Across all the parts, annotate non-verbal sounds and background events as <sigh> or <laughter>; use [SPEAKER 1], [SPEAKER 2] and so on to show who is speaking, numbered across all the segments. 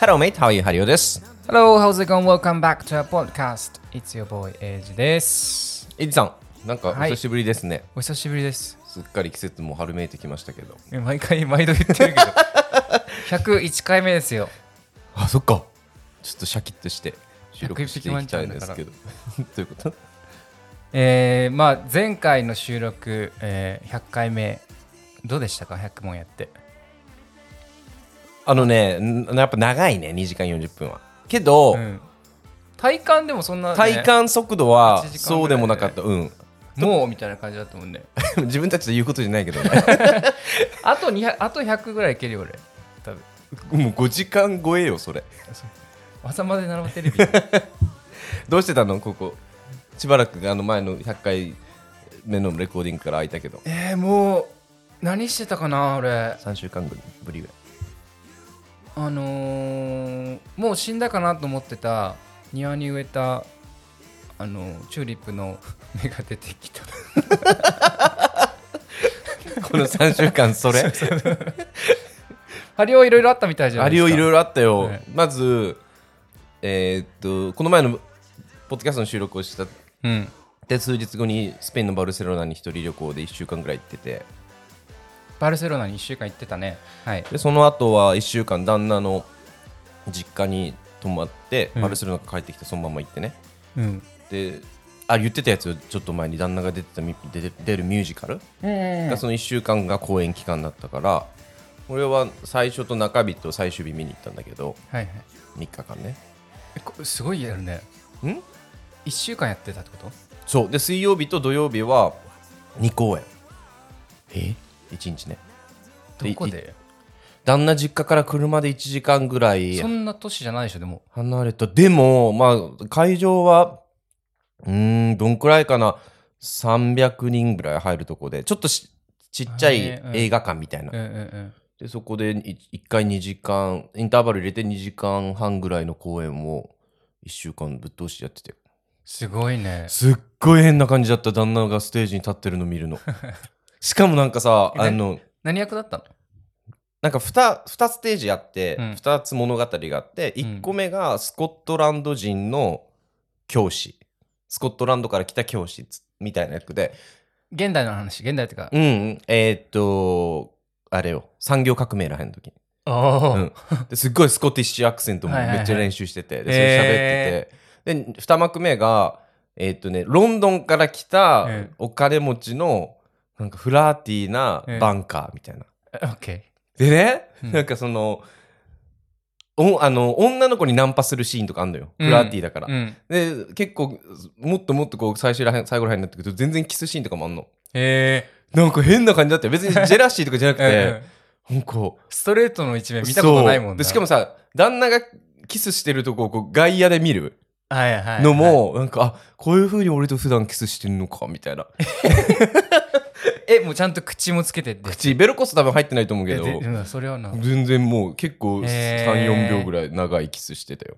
[SPEAKER 1] Hello, mate. How are you? ハリオです。
[SPEAKER 2] Hello, how's it going? Welcome back to our podcast. It's your boy,エイジです。
[SPEAKER 1] エイジさん、なんかお
[SPEAKER 2] はい
[SPEAKER 1] 久しぶりですね。
[SPEAKER 2] お久しぶりです。
[SPEAKER 1] すっかり季節も春めいてきましたけど。
[SPEAKER 2] え毎回、毎度言ってるけ <laughs> ど。101回目ですよ。
[SPEAKER 1] あ、そっか。ちょっとシャキッとして収録していきたいんです <laughs> けど。ということ
[SPEAKER 2] えーまあ、前回の収録、えー100回目、どうでしたか ?100 問やって。
[SPEAKER 1] あのね、んやっぱ長いね、2時間40分は。けど、
[SPEAKER 2] うん体感でもそんな、ね、
[SPEAKER 1] 体感速度は
[SPEAKER 2] 8時間ぐらいだよね
[SPEAKER 1] そうでもなかった。うん。 <laughs>
[SPEAKER 2] もうみたいな感じだったも <laughs> んね。
[SPEAKER 1] 自分たちで言うことじゃないけどね。 <laughs>
[SPEAKER 2] あと200、あと100ぐらいいけるよ、俺。多分。
[SPEAKER 1] もう5時間超えよ、それ。
[SPEAKER 2] 朝まで生テレビ。う
[SPEAKER 1] どうしてたのここ。しばらくあの前の100回目のレコーディングから空いたけど。
[SPEAKER 2] <laughs> えーもう、何してたかな、俺。
[SPEAKER 1] 3週間ぶりぐらい。
[SPEAKER 2] あのーもう死んだかなと思ってた庭に植えた、あのーチューリップの <laughs> 芽が出てきた
[SPEAKER 1] この3週間そ
[SPEAKER 2] <laughs>
[SPEAKER 1] れ
[SPEAKER 2] ハリオいろいろあったみたいじゃな
[SPEAKER 1] あ
[SPEAKER 2] いで
[SPEAKER 1] り
[SPEAKER 2] すか
[SPEAKER 1] をいろいろあったよ、
[SPEAKER 2] ね
[SPEAKER 1] まずえーっとこの前のポッドキャストの収録をした
[SPEAKER 2] うん
[SPEAKER 1] で数日後にスペインのバルセロナに一人旅行で1週間ぐらい行ってて
[SPEAKER 2] バルセロナに1週間行ってたねはい
[SPEAKER 1] でその後は1週間旦那の実家に泊まって、
[SPEAKER 2] うん
[SPEAKER 1] バルセロナから帰ってきてそのまま行ってね
[SPEAKER 2] うん
[SPEAKER 1] であ言ってたやつよちょっと前に旦那が出てたみ出て出るミュージカルがその1週間が公演期間だったから俺は最初と中日と最終日見に行ったんだけど
[SPEAKER 2] はいはい
[SPEAKER 1] 3日間ね
[SPEAKER 2] えこすごいやるね
[SPEAKER 1] ん
[SPEAKER 2] 1週間やってたってこと
[SPEAKER 1] そうで水曜日と土曜日は2公演え1日ね
[SPEAKER 2] どこ
[SPEAKER 1] いい
[SPEAKER 2] で
[SPEAKER 1] 旦那実家から車で1時間ぐらい
[SPEAKER 2] そんな年じゃないでしょでも
[SPEAKER 1] 離れたでもまあ会場はうーんどんくらいかな300人ぐらい入るとこでちょっとしちっちゃい
[SPEAKER 2] へーうん
[SPEAKER 1] 映画館みたいな、
[SPEAKER 2] うんうんうん
[SPEAKER 1] でそこで1回2時間インターバル入れて2時間半ぐらいの公演を1週間ぶっ通しやってて
[SPEAKER 2] すごいね
[SPEAKER 1] すっごい変な感じだった旦那がステージに立ってるの見
[SPEAKER 2] <laughs>
[SPEAKER 1] るのしかもなんかさ
[SPEAKER 2] え何
[SPEAKER 1] あの
[SPEAKER 2] 何役だったの
[SPEAKER 1] なんか 2, 2ステージあって、
[SPEAKER 2] う
[SPEAKER 1] 二
[SPEAKER 2] ん
[SPEAKER 1] 2つ物語があって
[SPEAKER 2] うん
[SPEAKER 1] 1個目がスコットランド人の教師スコットランドから来た教師つみたいな役で
[SPEAKER 2] 現代の話現代ってか
[SPEAKER 1] うんうんえーっとあれよ産業革命らへんの時
[SPEAKER 2] あ
[SPEAKER 1] うんですっごいスコティッシュアクセントも
[SPEAKER 2] はいはいはい
[SPEAKER 1] めっちゃ練習してて、でそれ喋ってて、で2幕目がえーっとねロンドンから来た
[SPEAKER 2] うん
[SPEAKER 1] お金持ちのなんかフラーティーなバンカーみたいな、
[SPEAKER 2] オッケ
[SPEAKER 1] でね、
[SPEAKER 2] うん
[SPEAKER 1] なんかそのおあの女の子にナンパするシーンとかあんのよ、
[SPEAKER 2] うん
[SPEAKER 1] フラーティーだから
[SPEAKER 2] ー、うん
[SPEAKER 1] で結構もっともっとこう最終らへん最後らへんになってくると全然キスシーンとかもあんの
[SPEAKER 2] へ
[SPEAKER 1] なんか変な感じだったよ別にジェラシーとかじゃな
[SPEAKER 2] <laughs>
[SPEAKER 1] くて、
[SPEAKER 2] え
[SPEAKER 1] なんか
[SPEAKER 2] ストレートの一面見たことないも
[SPEAKER 1] そ
[SPEAKER 2] ん
[SPEAKER 1] う
[SPEAKER 2] な
[SPEAKER 1] でしかもさ旦那がキスしてるとこをこう外野で見る
[SPEAKER 2] はいはい
[SPEAKER 1] のも、なんかあこういう風に俺と普段キスしてんのかみた
[SPEAKER 2] <laughs>
[SPEAKER 1] いな
[SPEAKER 2] えもうちゃんと口もつけてって
[SPEAKER 1] 口ベロこそ多分入ってないと思うけど
[SPEAKER 2] えでうんそれはなへ
[SPEAKER 1] 全然もう結構
[SPEAKER 2] へー
[SPEAKER 1] 34秒ぐらい長いキスしてたよ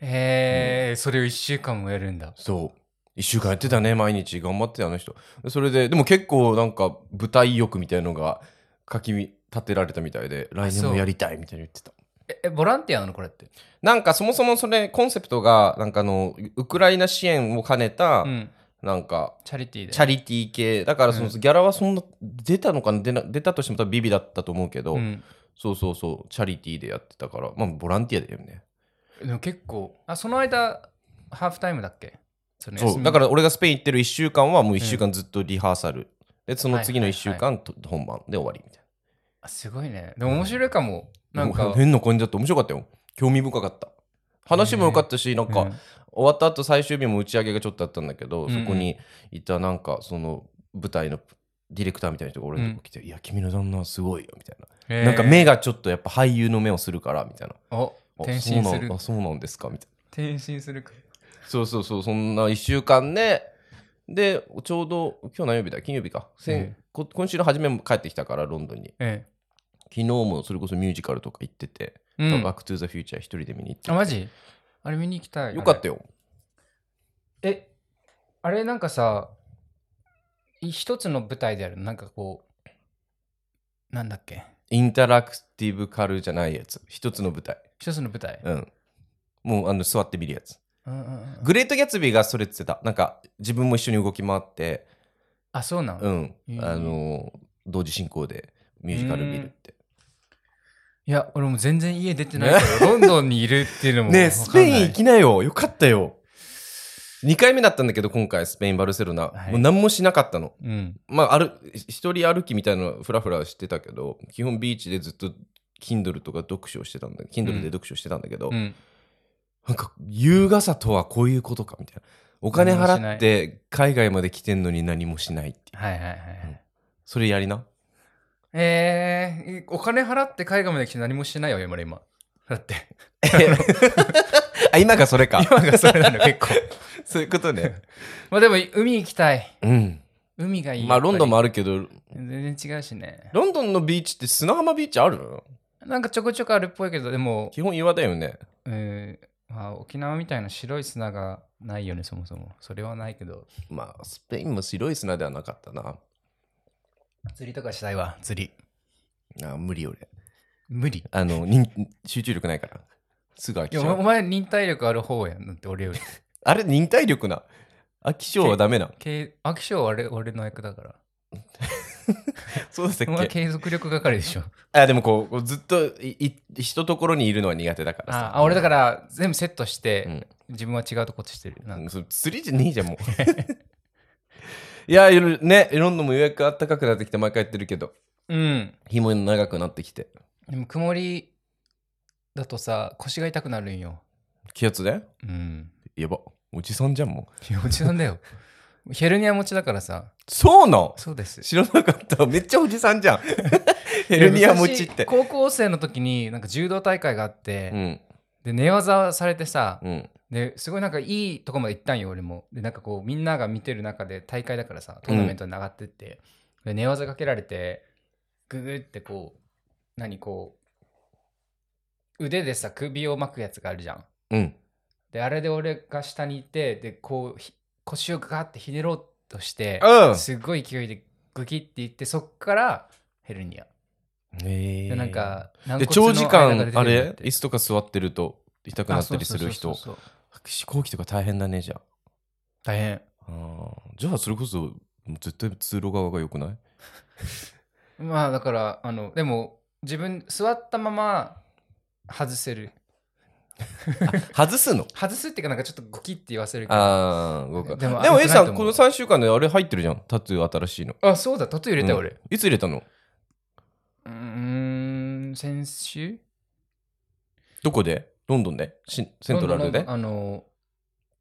[SPEAKER 2] えそれを1週間もやるんだ
[SPEAKER 1] そう1週間やってたね毎日頑張ってたあの人それででも結構なんか舞台意欲みたいのが書き立てられたみたいで来年もやりたいみたいに言ってた
[SPEAKER 2] ええボランティアなのこれって
[SPEAKER 1] なんかそもそもそれコンセプトがなんかあのウクライナ支援を兼ねた
[SPEAKER 2] うん
[SPEAKER 1] なんか
[SPEAKER 2] チャリティーで
[SPEAKER 1] チャリティー系だからその、
[SPEAKER 2] う
[SPEAKER 1] ギャラはそんな出たのかな出な出たとしても多分ビビだったと思うけど、
[SPEAKER 2] うん
[SPEAKER 1] そうそうそうチャリティーでやってたからまあボランティアだよね
[SPEAKER 2] でも結構あその間ハーフタイムだっけその休み
[SPEAKER 1] そうだから俺がスペイン行ってる1週間はもう1週間ずっとリハーサル、でその次の1週間と、本番で終わりみたい
[SPEAKER 2] あすごいねでも面白いかも
[SPEAKER 1] な
[SPEAKER 2] なんか
[SPEAKER 1] 変な感じだって面白かったよ興味深かった話も良かったし、なんか、
[SPEAKER 2] うん
[SPEAKER 1] 終わった後最終日も打ち上げがちょっとあったんだけど、
[SPEAKER 2] うんうん
[SPEAKER 1] そこにいたなんかその舞台のディレクターみたいな人が俺のとこ来て「いや君の旦那はすごいよ」みたいな、
[SPEAKER 2] へー
[SPEAKER 1] なんか目がちょっとやっぱ俳優の目をするからみたいな
[SPEAKER 2] お
[SPEAKER 1] あ
[SPEAKER 2] 転身
[SPEAKER 1] そう
[SPEAKER 2] す
[SPEAKER 1] な
[SPEAKER 2] る
[SPEAKER 1] んあそうなんですかみたいな
[SPEAKER 2] 転身するか
[SPEAKER 1] そうそうそう、そんな1週間で、で、ちょうど、今日何曜日だ金曜日か。先
[SPEAKER 2] ええ
[SPEAKER 1] こ今週の初めも帰ってきたから、ロンドンに。
[SPEAKER 2] え
[SPEAKER 1] 昨日もそれこそミュージカルとか行ってて、
[SPEAKER 2] えう
[SPEAKER 1] バ
[SPEAKER 2] ん
[SPEAKER 1] ックトゥーザフューチャー一人で見に行って。
[SPEAKER 2] あマジあれ見に行きたい
[SPEAKER 1] よかった
[SPEAKER 2] よ
[SPEAKER 1] よ。
[SPEAKER 2] えあれなんかさい一つの舞台であるなんかこうなんだっけ
[SPEAKER 1] インタラクティブカルじゃないやつ。一つの舞台。
[SPEAKER 2] 一つの舞台。
[SPEAKER 1] うん。もうあの座って見るやつ。
[SPEAKER 2] うんうんうん
[SPEAKER 1] グレート・ギャツビーがそれって言ってた。なんか自分も一緒に動き回って、
[SPEAKER 2] あ、そうなん、
[SPEAKER 1] うん
[SPEAKER 2] へ。ー
[SPEAKER 1] あの、同時進行でミュージカル見るって。
[SPEAKER 2] いや、俺もう全然家出てないから、ロンドンにいるっていうのもわかんな
[SPEAKER 1] ね
[SPEAKER 2] い。
[SPEAKER 1] えスペイン行きなよ。よかったよ。2回目だったんだけど、今回、スペイン、バルセロナ。
[SPEAKER 2] はい
[SPEAKER 1] もう何もしなかったの。
[SPEAKER 2] うん。
[SPEAKER 1] まあ、ある、一人歩きみたいなのふらふらしてたけど、基本ビーチでずっと Kindle とか読書をしてたんだ、Kindle で読書してたんだけど、
[SPEAKER 2] うん。
[SPEAKER 1] なんか、優雅さとはこういうことか、みたいな。お金払って、海外まで来てんのに何もしないっていう。
[SPEAKER 2] はいはいはい。
[SPEAKER 1] それやりな。
[SPEAKER 2] えー、お金払って海外まで来て何もしてないよ、今今。だって。
[SPEAKER 1] <laughs> あ、今がそれか。
[SPEAKER 2] 今がそれなの、結構。
[SPEAKER 1] そういうことね。
[SPEAKER 2] <laughs> まあでも、海行きたい。
[SPEAKER 1] うん。
[SPEAKER 2] 海がいい。
[SPEAKER 1] まあ、ロンドンも
[SPEAKER 2] あ
[SPEAKER 1] あるけど、
[SPEAKER 2] 全然違うしね。
[SPEAKER 1] ロンドンのビーチって砂浜ビーチある
[SPEAKER 2] なんかちょこちょこあるっぽいけど、でも、
[SPEAKER 1] 基本岩だよね。
[SPEAKER 2] えーまあ、沖縄みたいな白い砂がないよね、そもそも。それはないけど。
[SPEAKER 1] まあ、スペインも白い砂ではなかったな。
[SPEAKER 2] 釣りとかしたいわ、釣り。
[SPEAKER 1] あ無理俺。
[SPEAKER 2] 無理。
[SPEAKER 1] あの、にん集中力ないから。すぐ飽
[SPEAKER 2] い
[SPEAKER 1] きち
[SPEAKER 2] や
[SPEAKER 1] ゃ
[SPEAKER 2] おお
[SPEAKER 1] う。
[SPEAKER 2] 前、忍耐力ある方やん。だって俺より。
[SPEAKER 1] あれ、忍耐力な。飽き性はダ
[SPEAKER 2] <laughs>
[SPEAKER 1] メな。
[SPEAKER 2] け飽き性は俺俺の役だから。
[SPEAKER 1] そうだった
[SPEAKER 2] お
[SPEAKER 1] っ
[SPEAKER 2] 前、
[SPEAKER 1] け
[SPEAKER 2] 継続力係でしょ。
[SPEAKER 1] あ、でもこうこう、ずっとい、い、一ところにいるのは苦手だから
[SPEAKER 2] あ
[SPEAKER 1] さ。。
[SPEAKER 2] あ、俺だからら、全部セットして、
[SPEAKER 1] うん
[SPEAKER 2] 自分は違うとこっちしてる。なんか
[SPEAKER 1] そう釣りじゃねえじゃん、もう。 <laughs> いや、いろいろね、ロンドンも予約あったかくなってきて、毎回やってるけど、
[SPEAKER 2] うん。
[SPEAKER 1] 日も長くなってきて。
[SPEAKER 2] でも、曇りだとさ、腰が痛くなるんよ。
[SPEAKER 1] 気圧で
[SPEAKER 2] うん。
[SPEAKER 1] やば。おじさんじゃん、もう。
[SPEAKER 2] いや、おじさんだ <laughs> よ。ヘルニア持ちだからさ。
[SPEAKER 1] そうなん
[SPEAKER 2] そうです。
[SPEAKER 1] 知らなかった。めっちゃおじさん <laughs> じゃん。ヘルニア持ちっ
[SPEAKER 2] 昔
[SPEAKER 1] て。
[SPEAKER 2] 高校生の時になんか柔道大会があって、
[SPEAKER 1] うん。
[SPEAKER 2] で寝技されてさ、
[SPEAKER 1] うん。
[SPEAKER 2] ですごいなんかいいとこまで行ったんよ俺もでなんかこうみんなが見てる中で大会だからさトーナメントに上がってって、で寝技かけられてググってこう何こう腕でさ首を巻くやつがあるじゃん
[SPEAKER 1] うん。
[SPEAKER 2] であれで俺が下にいてでこうひ腰をガーってひねろうとして、
[SPEAKER 1] うん
[SPEAKER 2] すごい勢いでグキっていってそっからヘルニア
[SPEAKER 1] へ
[SPEAKER 2] でなんか
[SPEAKER 1] で長時間、あれ椅
[SPEAKER 2] っ
[SPEAKER 1] 子とか座ってると痛くなったりする人。飛行機とか大変だね、じゃ
[SPEAKER 2] 大変
[SPEAKER 1] あ。あーじゃあ、それこそ、絶対通路側が良くない
[SPEAKER 2] まあだからあのでも自分座ったまま外せる
[SPEAKER 1] 外すの
[SPEAKER 2] 外すっていうかなんかちょっとゴキって言わせるけど
[SPEAKER 1] ああ、動か
[SPEAKER 2] でも
[SPEAKER 1] でも、
[SPEAKER 2] あ
[SPEAKER 1] A
[SPEAKER 2] れ少な
[SPEAKER 1] さ
[SPEAKER 2] いと
[SPEAKER 1] ん、
[SPEAKER 2] 思
[SPEAKER 1] こ
[SPEAKER 2] う
[SPEAKER 1] の3週間であれ入ってるじゃん。タトゥー新しいの。
[SPEAKER 2] あそうだタトゥー入れたよ俺
[SPEAKER 1] いつ入れたの
[SPEAKER 2] うーん先週
[SPEAKER 1] どこでロンドンでしセントラル
[SPEAKER 2] ロン
[SPEAKER 1] で
[SPEAKER 2] ドンあの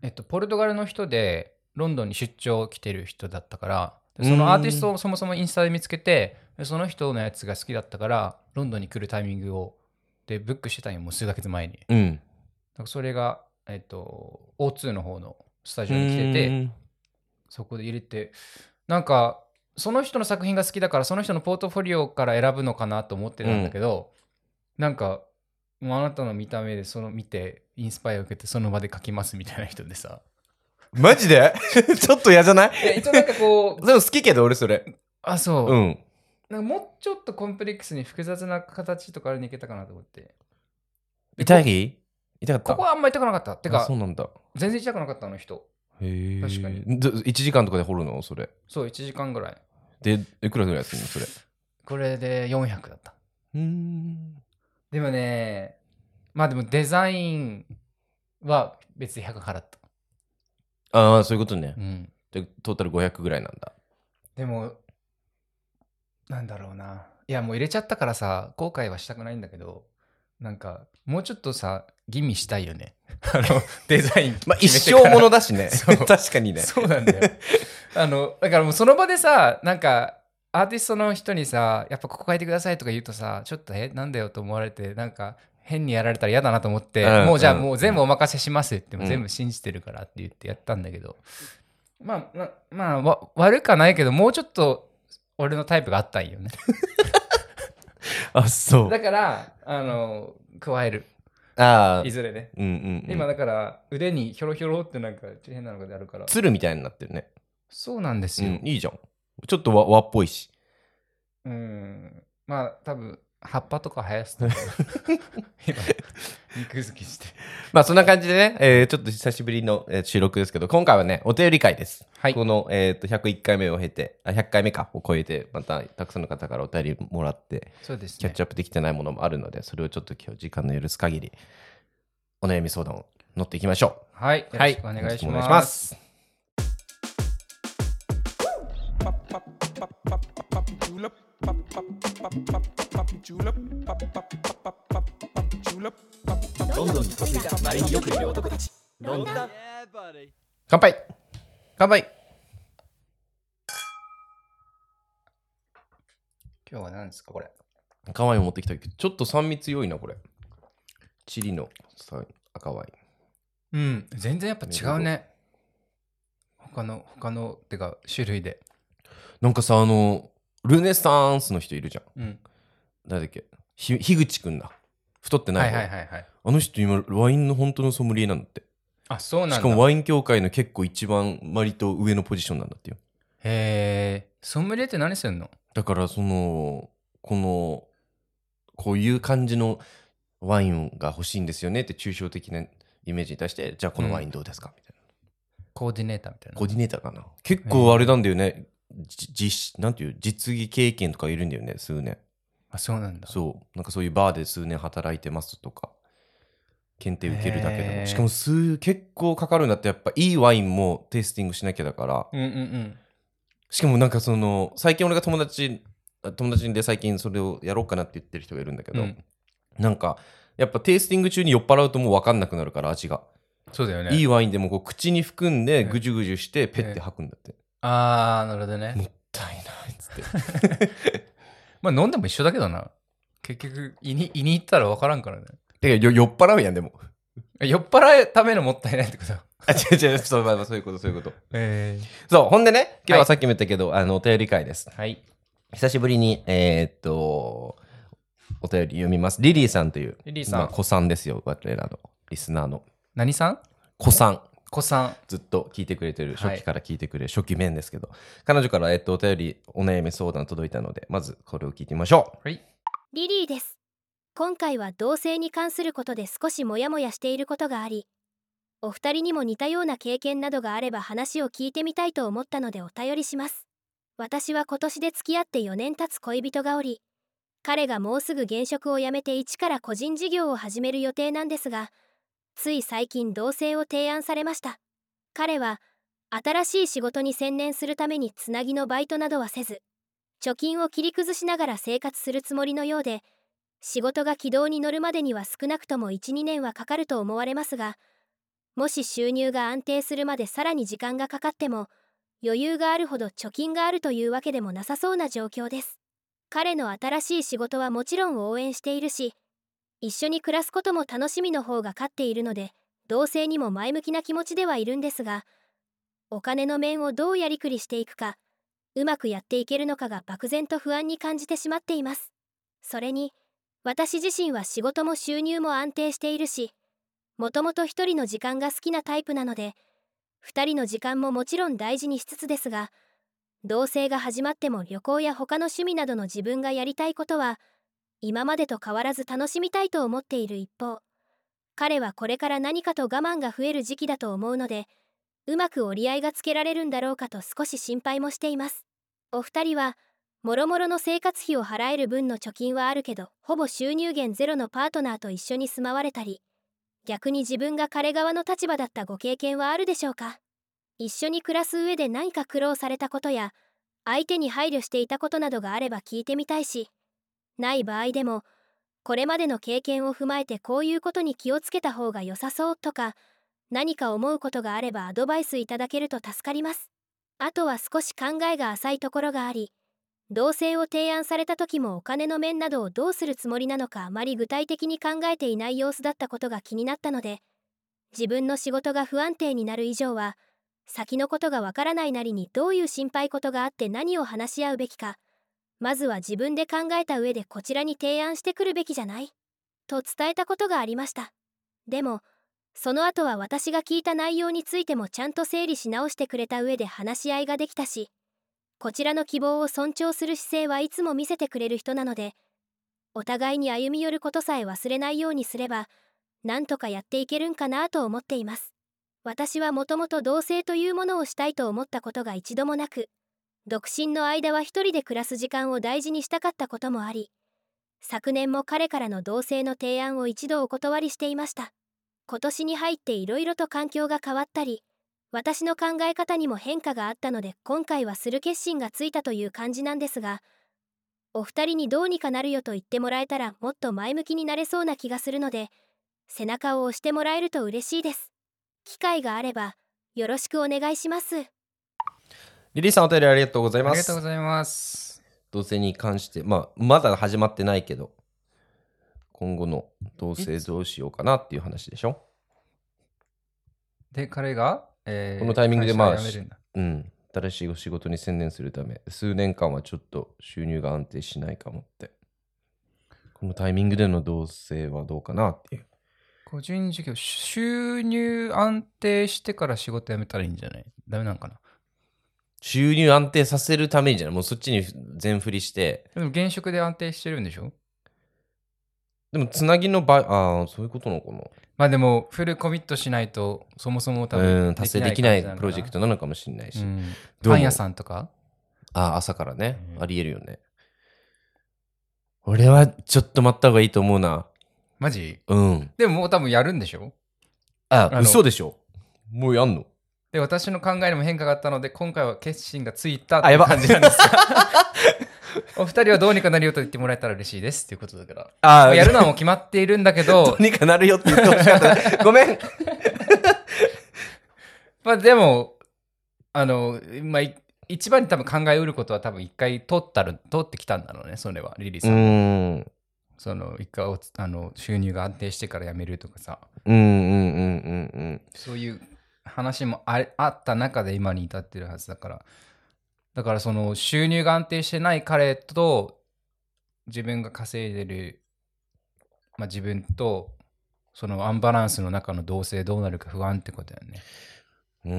[SPEAKER 2] えっとポルトガルの人でロンドンに出張来てる人だったからでそのアーティストをそもそもインスタで見つけてでその人のやつが好きだったからロンドンに来るタイミングをでブックしてたんよもう数ヶ月前に
[SPEAKER 1] うん。
[SPEAKER 2] だからそれが、えっと、O2 の方のスタジオに来てて、
[SPEAKER 1] うん
[SPEAKER 2] そこで入れてなんかその人の作品が好きだからその人のポートフォリオから選ぶのかなと思ってたんだけど、なんかもうあなたの見た目でその見てインスパイアを受けてその場で描きますみたいな人でさ
[SPEAKER 1] マジでちょっと嫌じゃない
[SPEAKER 2] 一応なんかこう
[SPEAKER 1] でも好きけど、俺それ。
[SPEAKER 2] <laughs> あそう、
[SPEAKER 1] うん。
[SPEAKER 2] なんかもうちょっとコンプレックスに複雑な形とかあれにいけたかなと思って
[SPEAKER 1] 痛い痛かった
[SPEAKER 2] ここはあんま痛くなかったて
[SPEAKER 1] あ
[SPEAKER 2] か
[SPEAKER 1] そうなんだ。
[SPEAKER 2] 全然痛くなかったあの人
[SPEAKER 1] へえ。
[SPEAKER 2] 確かに
[SPEAKER 1] ど。1時間とかで掘るのそれ。
[SPEAKER 2] そう1時間ぐらい
[SPEAKER 1] で、いくらぐらいするのそれ。
[SPEAKER 2] これで400だった
[SPEAKER 1] うん。
[SPEAKER 2] でもね、まあでもデザインは別に100払った。
[SPEAKER 1] ああ、そういうことね
[SPEAKER 2] う。ん。
[SPEAKER 1] で、トータル500ぐらいなんだ。
[SPEAKER 2] でも、なんだろうな。いや、もう入れちゃったからさ、後悔はしたくないんだけど、なんか、もうちょっとさ、吟味したいよね。 <laughs> あの、デザイン。
[SPEAKER 1] まあ、一
[SPEAKER 2] 決め
[SPEAKER 1] 生
[SPEAKER 2] てから
[SPEAKER 1] ものだしね。
[SPEAKER 2] そう
[SPEAKER 1] <laughs> 確かにね。
[SPEAKER 2] そうなん
[SPEAKER 1] <laughs>
[SPEAKER 2] だよ。あの、だからもうその場でさ、なんか、アーティストの人にさ、やっぱここ書いてくださいとか言うとさ、ちょっと、え、なんだよと思われて、なんか、変にやられたら嫌だなと思って、
[SPEAKER 1] うん
[SPEAKER 2] もうじゃあ
[SPEAKER 1] うん
[SPEAKER 2] もう全部お任せしますって、
[SPEAKER 1] うん
[SPEAKER 2] 全部信じてるからって言ってやったんだけど、まあ、なまあ、わ悪くはないけど、もうちょっと、俺のタイプがあったんよね。
[SPEAKER 1] あ、そう。
[SPEAKER 2] だから、あの、加える。
[SPEAKER 1] ああ
[SPEAKER 2] い。ずれね。
[SPEAKER 1] うんうん、うん。
[SPEAKER 2] 今だから、腕にひょろひょろってなんか、変なのがあるから。
[SPEAKER 1] 鶴みたいになってるね。
[SPEAKER 2] そうなんです
[SPEAKER 1] う
[SPEAKER 2] よ。
[SPEAKER 1] ん、いいじゃん。ちょっと和和っぽいし。
[SPEAKER 2] うんまあ多分葉っぱとか生やすと
[SPEAKER 1] <laughs>
[SPEAKER 2] 今肉付きして
[SPEAKER 1] まあそんな感じでね、えーちょっと久しぶりのえー収録ですけど、今回はね、お便り会です。
[SPEAKER 2] はい
[SPEAKER 1] この、えー、と101回目を経て、あ100回目かを超えて、またたくさんの方からお便りもらって、
[SPEAKER 2] そうです
[SPEAKER 1] キャッ
[SPEAKER 2] ね
[SPEAKER 1] チアップできてないものもあるので、それをちょっと今日時間の許す限り、お悩み相談を乗っていきましょ
[SPEAKER 2] はいよ
[SPEAKER 1] う。
[SPEAKER 2] ろしくお願いし
[SPEAKER 1] よろくお
[SPEAKER 2] ます,、
[SPEAKER 1] 願いします。
[SPEAKER 3] どんどんに嫁いだマリンよくいる男たち
[SPEAKER 1] 乾杯乾杯
[SPEAKER 2] 今日は何ですかこれ
[SPEAKER 1] 赤ワインを持ってきたけど、ちょっと酸味強いな、これ。チリのさ赤ワイン。
[SPEAKER 2] うん全然やっぱ違うね他の他のってか種類で
[SPEAKER 1] なんかさ、あの、ルネサンスの人いるじゃん。
[SPEAKER 2] うん
[SPEAKER 1] 誰だっけひ樋口くんだ。太ってな
[SPEAKER 2] はいい
[SPEAKER 1] 方、
[SPEAKER 2] はいはいはい
[SPEAKER 1] あの人今、ワインの本当のソムリエなんだって。
[SPEAKER 2] あそうなんだ
[SPEAKER 1] しかもワイン協会の結構一番割と上のポジションなんだってよ。
[SPEAKER 2] へえソムリエって何すんの
[SPEAKER 1] だからその、この、こういう感じのワインが欲しいんですよねって抽象的なイメージに対して、じゃあこのワインどうですか、みたいな。
[SPEAKER 2] コーディネーターみたいな
[SPEAKER 1] コーディネーターかな。結構あれなんだよね。じ実、なんていう、実技経験とかいるんだよね、数年。
[SPEAKER 2] あそうなんだ
[SPEAKER 1] そう。なんかそういうバーで数年働いてますとか、検定受けるだけで
[SPEAKER 2] へー
[SPEAKER 1] も。しかも数、結構かかるんだって、やっぱいいワインもテイスティングしなきゃだから。
[SPEAKER 2] うんうんうん
[SPEAKER 1] しかもなんかその、最近俺が友達、あ友達で最近それをやろうかなって言ってる人がいるんだけど、
[SPEAKER 2] うん
[SPEAKER 1] なんか、やっぱテイスティング中に酔っ払うともう分かんなくなるから味が、
[SPEAKER 2] そうだよね
[SPEAKER 1] いいワインでもこう口に含んで
[SPEAKER 2] ね
[SPEAKER 1] ぐじゅぐじゅしてペッて吐くんだって、
[SPEAKER 2] あーなるほどね
[SPEAKER 1] もったいないっつって
[SPEAKER 2] まあ飲んでも一緒だけどな結局胃に胃に行ったら分からんからね
[SPEAKER 1] てかよ酔っ払うやんでも
[SPEAKER 2] え酔っ払うためのもったいないってこと
[SPEAKER 1] <laughs> あ違う違うそう,、まあまあ、そういうことそういうこと
[SPEAKER 2] え
[SPEAKER 1] そうほんでね今日
[SPEAKER 2] は
[SPEAKER 1] はいさっきも言ったけど、あのお便り会です
[SPEAKER 2] えはい
[SPEAKER 1] 久しぶりにえーっとお便り読みますリリーさんという
[SPEAKER 2] リリーさん
[SPEAKER 1] まあ、子さんですよ我らのリスナーの
[SPEAKER 2] 何さん
[SPEAKER 1] 子さん
[SPEAKER 2] 子さん
[SPEAKER 1] ずっと聞いてくれてる
[SPEAKER 2] はい
[SPEAKER 1] 初期から聞いてくれる、初期面ですけど彼女から、えっと、お便りお悩み相談届いたのでまずこれを聞いてみましょ
[SPEAKER 2] はい
[SPEAKER 4] リリーです。今回は同性に関することで少しモヤモヤしていることがあり、お二人にも似たような経験などがあれば話を聞いてみたいと思ったのでお便りします。私は今年で付き合って4年経つ恋人がおり、彼がもうすぐ現職を辞めて一から個人事業を始める予定なんですが、つい最近同性を提案されました。彼は、新しい仕事に専念するためにつなぎのバイトなどはせず、貯金を切り崩しながら生活するつもりのようで仕事が軌道に乗るまでには少なくとも12年はかかると思われますがもし収入が安定するまでさらに時間がかかっても余裕があるほど貯金があるというわけでもなさそうな状況です彼の新しい仕事はもちろん応援しているし一緒に暮らすことも楽しみの方が勝っているので同性にも前向きな気持ちではいるんですがお金の面をどうやりくりしていくかうまくやっていけるのかが漠然と不安に感じてしまっていますそれに私自身は仕事も収入も安定しているしもともと一人の時間が好きなタイプなので二人の時間ももちろん大事にしつつですが同棲が始まっても旅行や他の趣味などの自分がやりたいことは今までと変わらず楽しみたいと思っている一方彼はこれから何かと我慢が増える時期だと思うのでうまく折り合いがつけられるんだろうかと少し心配もしていますお二人はもろもろの生活費を払える分の貯金はあるけどほぼ収入源ゼロのパートナーと一緒に住まわれたり逆に自分が彼側の立場だったご経験はあるでしょうか一緒に暮らす上で何か苦労されたことや相手に配慮していたことなどがあれば聞いてみたいしない場合でもこれまでの経験を踏まえてこういうことに気をつけた方が良さそうとか何か思うことがあればアドバイスいただけると助かりますあとは少し考えが浅いところがあり同棲を提案された時もお金の面などをどうするつもりなのかあまり具体的に考えていない様子だったことが気になったので自分の仕事が不安定になる以上は先のことがわからないなりにどういう心配事があって何を話し合うべきかまずは自分で考えた上でこちらに提案してくるべきじゃないと伝えたことがありましたでもその後は私が聞いた内容についてもちゃんと整理し直してくれた上で話し合いができたしこちらの希望を尊重する姿勢はいつも見せてくれる人なのでお互いに歩み寄ることさえ忘れないようにすればなんとかやっていけるんかなと思っています私はもともと同棲というものをしたいと思ったことが一度もなく独身の間は一人で暮らす時間を大事にしたかったこともあり昨年も彼からの同棲の提案を一度お断りしていました今年に入っていろいろと環境が変わったり私の考え方にも変化があったので今回はする決心がついたという感じなんですがお二人にどうにかなるよと言ってもらえたらもっと前向きになれそうな気がするので背中を押してもらえると嬉しいです機会があればよろしくお願いします
[SPEAKER 1] リリーさんお便りありがとうござい
[SPEAKER 2] あ
[SPEAKER 1] ま
[SPEAKER 2] りがとうご
[SPEAKER 1] す
[SPEAKER 2] ざいます。
[SPEAKER 1] 同棲に関して、まあ、まだ始まってないけど今後の同棲どうしようかなっていう話でしょ
[SPEAKER 2] で、彼が、えー
[SPEAKER 1] このタイミングでまあ
[SPEAKER 2] 会社を辞めるんだ
[SPEAKER 1] うん新しい仕事に専念するため数年間はちょっと収入が安定しないかもってこのタイミングでの同棲はどうかなっていう
[SPEAKER 2] 個人事業、収入安定してから仕事辞めたらいいんじゃないダメなんかな
[SPEAKER 1] 収入安定させるためにじゃないもうそっちに全振りして
[SPEAKER 2] でも現職で安定してるんでしょ
[SPEAKER 1] でもつなぎの場ああそういうことなのかな
[SPEAKER 2] まあでも、フルコミットしないと、そもそも多
[SPEAKER 1] う
[SPEAKER 2] 分
[SPEAKER 1] ん達成できない
[SPEAKER 2] 感じのか
[SPEAKER 1] プロジェクトなのかもしれないし、
[SPEAKER 2] うん
[SPEAKER 1] どう
[SPEAKER 2] パン屋さんとか
[SPEAKER 1] ああ朝からね、
[SPEAKER 2] うん
[SPEAKER 1] ありえるよね俺はちょっと待った方がいいと思うな
[SPEAKER 2] マジ
[SPEAKER 1] うん
[SPEAKER 2] でももう多分やるんでしょ
[SPEAKER 1] あ
[SPEAKER 2] あの
[SPEAKER 1] 嘘でしょもうやんの
[SPEAKER 2] で、私の考えにも変化があったので、今回は決心がついたっ
[SPEAKER 1] あ
[SPEAKER 2] てい
[SPEAKER 1] や
[SPEAKER 2] う
[SPEAKER 1] ば
[SPEAKER 2] 感じなんですがお二人はどうにかなるよと言ってもらえたら嬉しいですっていうことだから。
[SPEAKER 1] あ
[SPEAKER 2] <laughs> ま
[SPEAKER 1] <laughs>
[SPEAKER 2] あやるの
[SPEAKER 1] な
[SPEAKER 2] はもう決まっているんだけど
[SPEAKER 1] どう、にかなるよって言ってほしかっ
[SPEAKER 2] <laughs>
[SPEAKER 1] たごめん
[SPEAKER 2] まあでも、あの、まあ、い一番に多分考えうることは多分一回通ったる、通ってきたんだろうね、それは、リリーさん。
[SPEAKER 1] うん
[SPEAKER 2] その、一回おつあの、収入が安定してから辞めるとかさ、
[SPEAKER 1] うんうんうんうんうん
[SPEAKER 2] そういう話もああった中で今に至ってるはずだから、だからその収入が安定してない彼と、自分が稼いでる、まあ自分と、そのアンバランスの中の同性どうなるか不安ってことだよね。
[SPEAKER 1] うー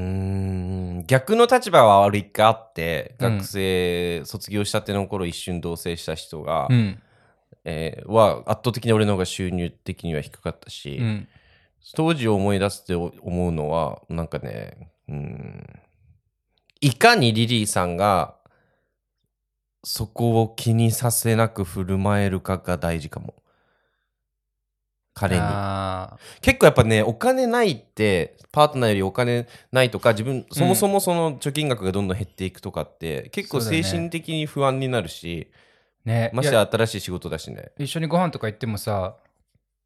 [SPEAKER 1] ん逆の立場は俺一回あって、
[SPEAKER 2] うん
[SPEAKER 1] 学生卒業したての頃一瞬同棲した人が、
[SPEAKER 2] うん。
[SPEAKER 1] えーは圧倒的に俺の方が収入的には低かったし、
[SPEAKER 2] うん。
[SPEAKER 1] 当時を思い出して思うのはなんかねうーんいかにリリーさんがそこを気にさせなく振る舞えるかが大事かも彼に
[SPEAKER 2] ああ。
[SPEAKER 1] 結構やっぱねお金ないってパートナーよりお金ないとか自分そもそもその貯金額がどんどん減っていくとかって、結構
[SPEAKER 2] そう
[SPEAKER 1] 精
[SPEAKER 2] だね
[SPEAKER 1] 神的に不安になるし、
[SPEAKER 2] ね
[SPEAKER 1] まし
[SPEAKER 2] い
[SPEAKER 1] て
[SPEAKER 2] や
[SPEAKER 1] や新しい仕事だしね
[SPEAKER 2] 一緒にご飯とか行ってもさ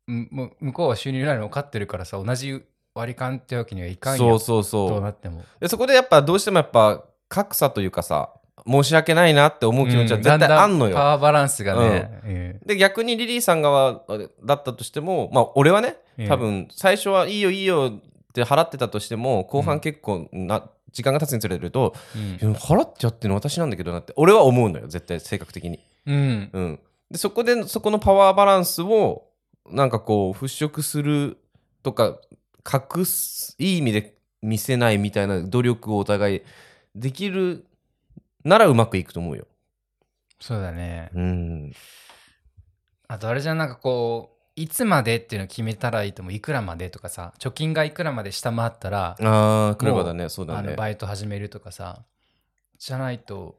[SPEAKER 2] んもう向こうは収入ないの分かってるからさ同じ割り勘ってわけにはいかん
[SPEAKER 1] そ
[SPEAKER 2] よ
[SPEAKER 1] うそう
[SPEAKER 2] どう
[SPEAKER 1] そ
[SPEAKER 2] な
[SPEAKER 1] う
[SPEAKER 2] っても
[SPEAKER 1] でそこでやっぱどうしてもやっぱ格差というかさ申し訳ないなって思う気持ちは
[SPEAKER 2] うん
[SPEAKER 1] 絶対あんの
[SPEAKER 2] だだ
[SPEAKER 1] よ、
[SPEAKER 2] パワーバランスがね、うん
[SPEAKER 1] で逆にリリーさん側だったとしてもまあ俺はね
[SPEAKER 2] うん
[SPEAKER 1] 多分最初はいいよいいよって払ってたとしても後
[SPEAKER 2] う
[SPEAKER 1] 半
[SPEAKER 2] ん
[SPEAKER 1] 結構な時間が経つにつれると
[SPEAKER 2] うん
[SPEAKER 1] いや払っちゃってるの私なんだけどなって俺は思うのよ絶対性格的に、
[SPEAKER 2] うん
[SPEAKER 1] うん、でそこでそこのパワーバランスをなんかこう払拭するとか隠すいい意味で見せないみたいな努力をお互いできるならうまくいくと思うよ、
[SPEAKER 2] そうだね
[SPEAKER 1] うん、
[SPEAKER 2] あとあれじゃんなんかこういつまでっていうのを決めたらいいともいくらまでとかさ貯金がいくらまで下回ったら、
[SPEAKER 1] ああクレバーだねそうだ
[SPEAKER 2] あ
[SPEAKER 1] ね
[SPEAKER 2] のバイト始めるとかさじゃないと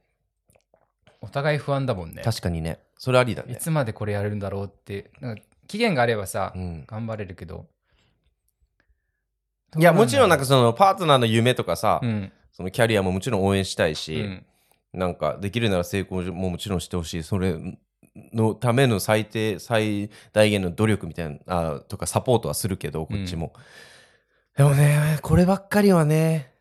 [SPEAKER 2] お互い不安だもんね
[SPEAKER 1] 確かにねそれありだ
[SPEAKER 2] い
[SPEAKER 1] ね
[SPEAKER 2] つまでこれやるんだろうってなんか期限があればさ、
[SPEAKER 1] うん
[SPEAKER 2] 頑張れるけど。
[SPEAKER 1] いやもちろんなんか
[SPEAKER 2] そ
[SPEAKER 1] そのパートナーの夢とかさ、
[SPEAKER 2] うん、
[SPEAKER 1] そのキャリアももちろん応援したいし、
[SPEAKER 2] うん
[SPEAKER 1] なんかできるなら成功ももちろんしてほしいそれのための最低最大限の努力みたいなあとかサポートはするけどこっちも、でもねこればっかりはね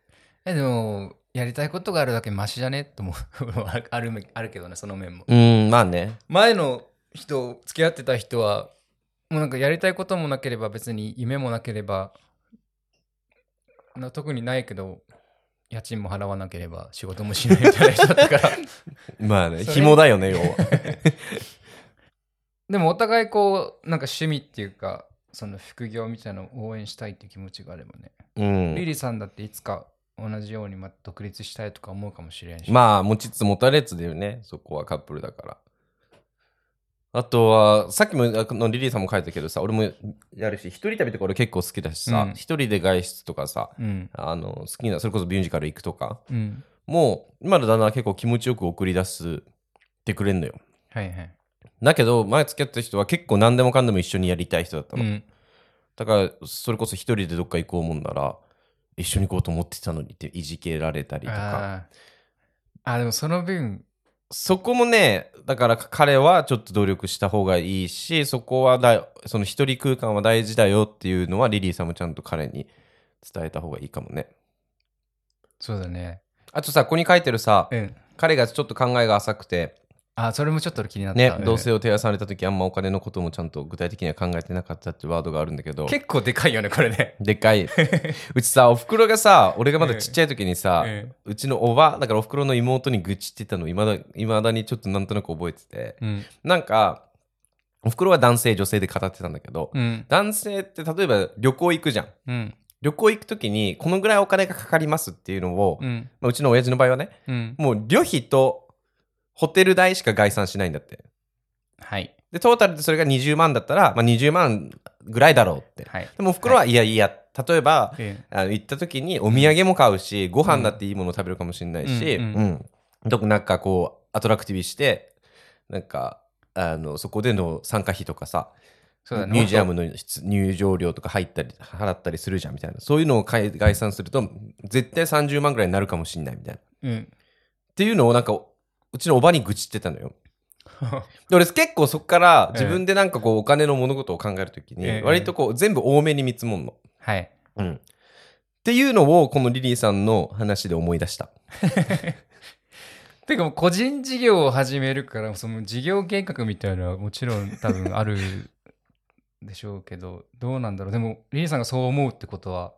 [SPEAKER 2] えでも、やりたいことがあるだけマシじゃねとも <laughs> あるあるけどね、その面も。
[SPEAKER 1] うんまあね
[SPEAKER 2] 前の人、付き合ってた人は、もうなんかやりたいこともなければ別に夢もなければ、な特にないけど、家賃も払わなければ仕事もしないみたいな人だ
[SPEAKER 1] <laughs>
[SPEAKER 2] ったから。
[SPEAKER 1] まあね
[SPEAKER 2] それ
[SPEAKER 1] 紐だよね要
[SPEAKER 2] <laughs>
[SPEAKER 1] は
[SPEAKER 2] でもお互いこうなんか趣味っていうかその副業みたいなのを応援したいっていう気持ちがあればね、
[SPEAKER 1] う
[SPEAKER 2] リ
[SPEAKER 1] ん
[SPEAKER 2] リさんだっていつか同じようにまた独立したいとか思うかもしれんし、
[SPEAKER 1] まあ持ちつ持たれつだよねそこはカップルだからあとは、さっきもあのリリーさんも書いたけどさ、俺もやるし、一人旅とか俺結構好きだし
[SPEAKER 2] う
[SPEAKER 1] さ
[SPEAKER 2] ん、
[SPEAKER 1] 一、人で外出とかさ、
[SPEAKER 2] うん。
[SPEAKER 1] あの好きな、それこそミュージカル行くとか、
[SPEAKER 2] うん。
[SPEAKER 1] もう今の旦那は結構気持ちよく送り出すってくれんのよ。
[SPEAKER 2] はいはい。
[SPEAKER 1] だけど、前付き合ってた人は結構何でもかんでも一緒にやりたい人だった
[SPEAKER 2] う
[SPEAKER 1] の。
[SPEAKER 2] ん。
[SPEAKER 1] だから、それこそ一人でどっか行こうもんなら、一緒に行こうと思ってたのにっていじけられたりとか。
[SPEAKER 2] あーあー、でもその分、
[SPEAKER 1] そこもね、だから彼はちょっと努力した方がいいし、そこはだ、その一人空間は大事だよっていうのはリリーさんもちゃんと彼に伝えた方がいいかもね。
[SPEAKER 2] そうだね。
[SPEAKER 1] あとさ、ここに書いてるさ、
[SPEAKER 2] うん。
[SPEAKER 1] 彼がちょっと考えが浅くて、
[SPEAKER 2] あーそれもちょっと気になった。
[SPEAKER 1] ね
[SPEAKER 2] う、ん
[SPEAKER 1] 同棲を提案された時あんまお金のこともちゃんと具体的には考えてなかったってワードがあるんだけど
[SPEAKER 2] 結構でかいよね、これね。
[SPEAKER 1] でっか
[SPEAKER 2] <laughs>
[SPEAKER 1] いうちさおふくろがさ俺がまだちっちゃい時にさ、
[SPEAKER 2] うん
[SPEAKER 1] うちのおばだからおふくろの妹に愚痴ってたのいまだ未だにちょっとなんとなく覚えてて
[SPEAKER 2] うん。
[SPEAKER 1] なんかおふくろは男性女性で語ってたんだけど、
[SPEAKER 2] うん。
[SPEAKER 1] 男性って例えば旅行行くじゃん
[SPEAKER 2] うん。
[SPEAKER 1] 旅行行く時にこのぐらいお金がかかりますっていうのを、う
[SPEAKER 2] うん。
[SPEAKER 1] まあ、うちの親父の場合はね
[SPEAKER 2] うん。
[SPEAKER 1] もう旅費とホテル代しか概算しないんだって
[SPEAKER 2] はい。
[SPEAKER 1] で、トータルでそれが20万だったら、まあ、20万ぐらいだろうって。
[SPEAKER 2] はい。
[SPEAKER 1] でも、お袋はいやいや、例えば、
[SPEAKER 2] うん
[SPEAKER 1] あの行った時にお土産も買うし、ご飯だっていいものを食べるかもしれないし、
[SPEAKER 2] う
[SPEAKER 1] うんん。
[SPEAKER 2] う
[SPEAKER 1] うんんどこなんかこう、アトラクティブして、なんか、あのそこでの参加費とかさ、
[SPEAKER 2] そうだね。
[SPEAKER 1] ミュージアムの入場料とか入ったり払ったりするじゃんみたいなそういうのを概概算すると絶対30万ぐらいになるかもしれないみたいなっ
[SPEAKER 2] うん。 <laughs>
[SPEAKER 1] ていうのをなんかうちのおばに愚痴ってたのよで俺結構そこから自分でなんかこうお金の物事を考えるとき
[SPEAKER 2] ええ
[SPEAKER 1] に割とこう全部多めに見積もんの。
[SPEAKER 2] はい。
[SPEAKER 1] うん。っていうのをこのリリーさんの話で思い出した。
[SPEAKER 2] てかもう個人事業を始めるからその事業計画みたいなのはもちろん多分あるでしょうけどどうなんだろうでもリリーさんがそう思うってことは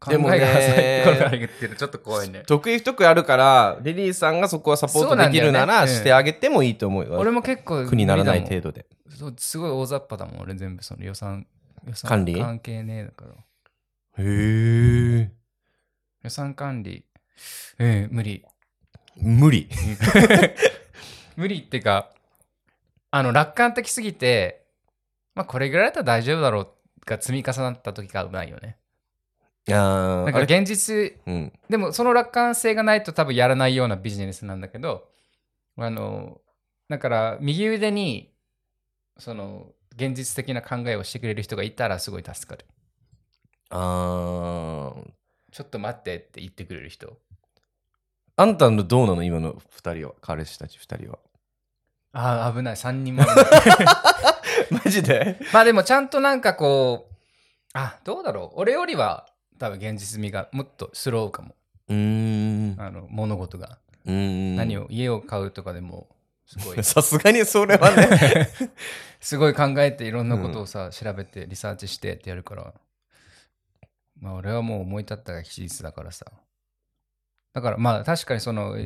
[SPEAKER 2] 考え
[SPEAKER 1] で
[SPEAKER 2] が
[SPEAKER 1] もね
[SPEAKER 2] 浅いところがあるっていうのはちょっと怖いね
[SPEAKER 1] 得意不得意あるからリリーさんがそこはサポートできるな
[SPEAKER 2] そうなんだよ
[SPEAKER 1] ら
[SPEAKER 2] ね
[SPEAKER 1] してあげてもいいと思うよ。
[SPEAKER 2] 俺も結構
[SPEAKER 1] 苦にならない
[SPEAKER 2] 無理
[SPEAKER 1] 程度
[SPEAKER 2] だ
[SPEAKER 1] で。
[SPEAKER 2] もんそうすごい大雑把だもん俺全部その予算予算
[SPEAKER 1] 管理
[SPEAKER 2] 関係ねえだから
[SPEAKER 1] へえ。
[SPEAKER 2] 予算管理うん無理
[SPEAKER 1] 無理。
[SPEAKER 2] 無理っていうかあの楽観的すぎてまあこれぐらいだったら大丈夫だろうが積み重なった時が危ないよね
[SPEAKER 1] あ
[SPEAKER 2] な
[SPEAKER 1] ー
[SPEAKER 2] んか
[SPEAKER 1] あれ
[SPEAKER 2] 現実
[SPEAKER 1] うん。
[SPEAKER 2] でもその楽観性がないと多分やらないようなビジネスなんだけどあのだから右腕にその現実的な考えをしてくれる人がいたらすごい助かる
[SPEAKER 1] あー
[SPEAKER 2] ちょっと待ってって言ってくれる人
[SPEAKER 1] あんたのどうなの今の二人は彼氏たち二
[SPEAKER 2] <laughs>
[SPEAKER 1] 人は。
[SPEAKER 2] ああ危ない3人も
[SPEAKER 1] <laughs> マジで
[SPEAKER 2] まあでもちゃんとなんかこうあどうだろう俺よりは多分現実味がもっとスローかも
[SPEAKER 1] うーん。う
[SPEAKER 2] あの物事が、
[SPEAKER 1] ーん
[SPEAKER 2] 何を家を買うとかでもすごい
[SPEAKER 1] さすがに <laughs> それはね。
[SPEAKER 2] <laughs> すごい考えていろんなことをさ、調べてリサーチしてってやるからまあ俺はもう思い立ったが吉日だからさだからまあ確かにその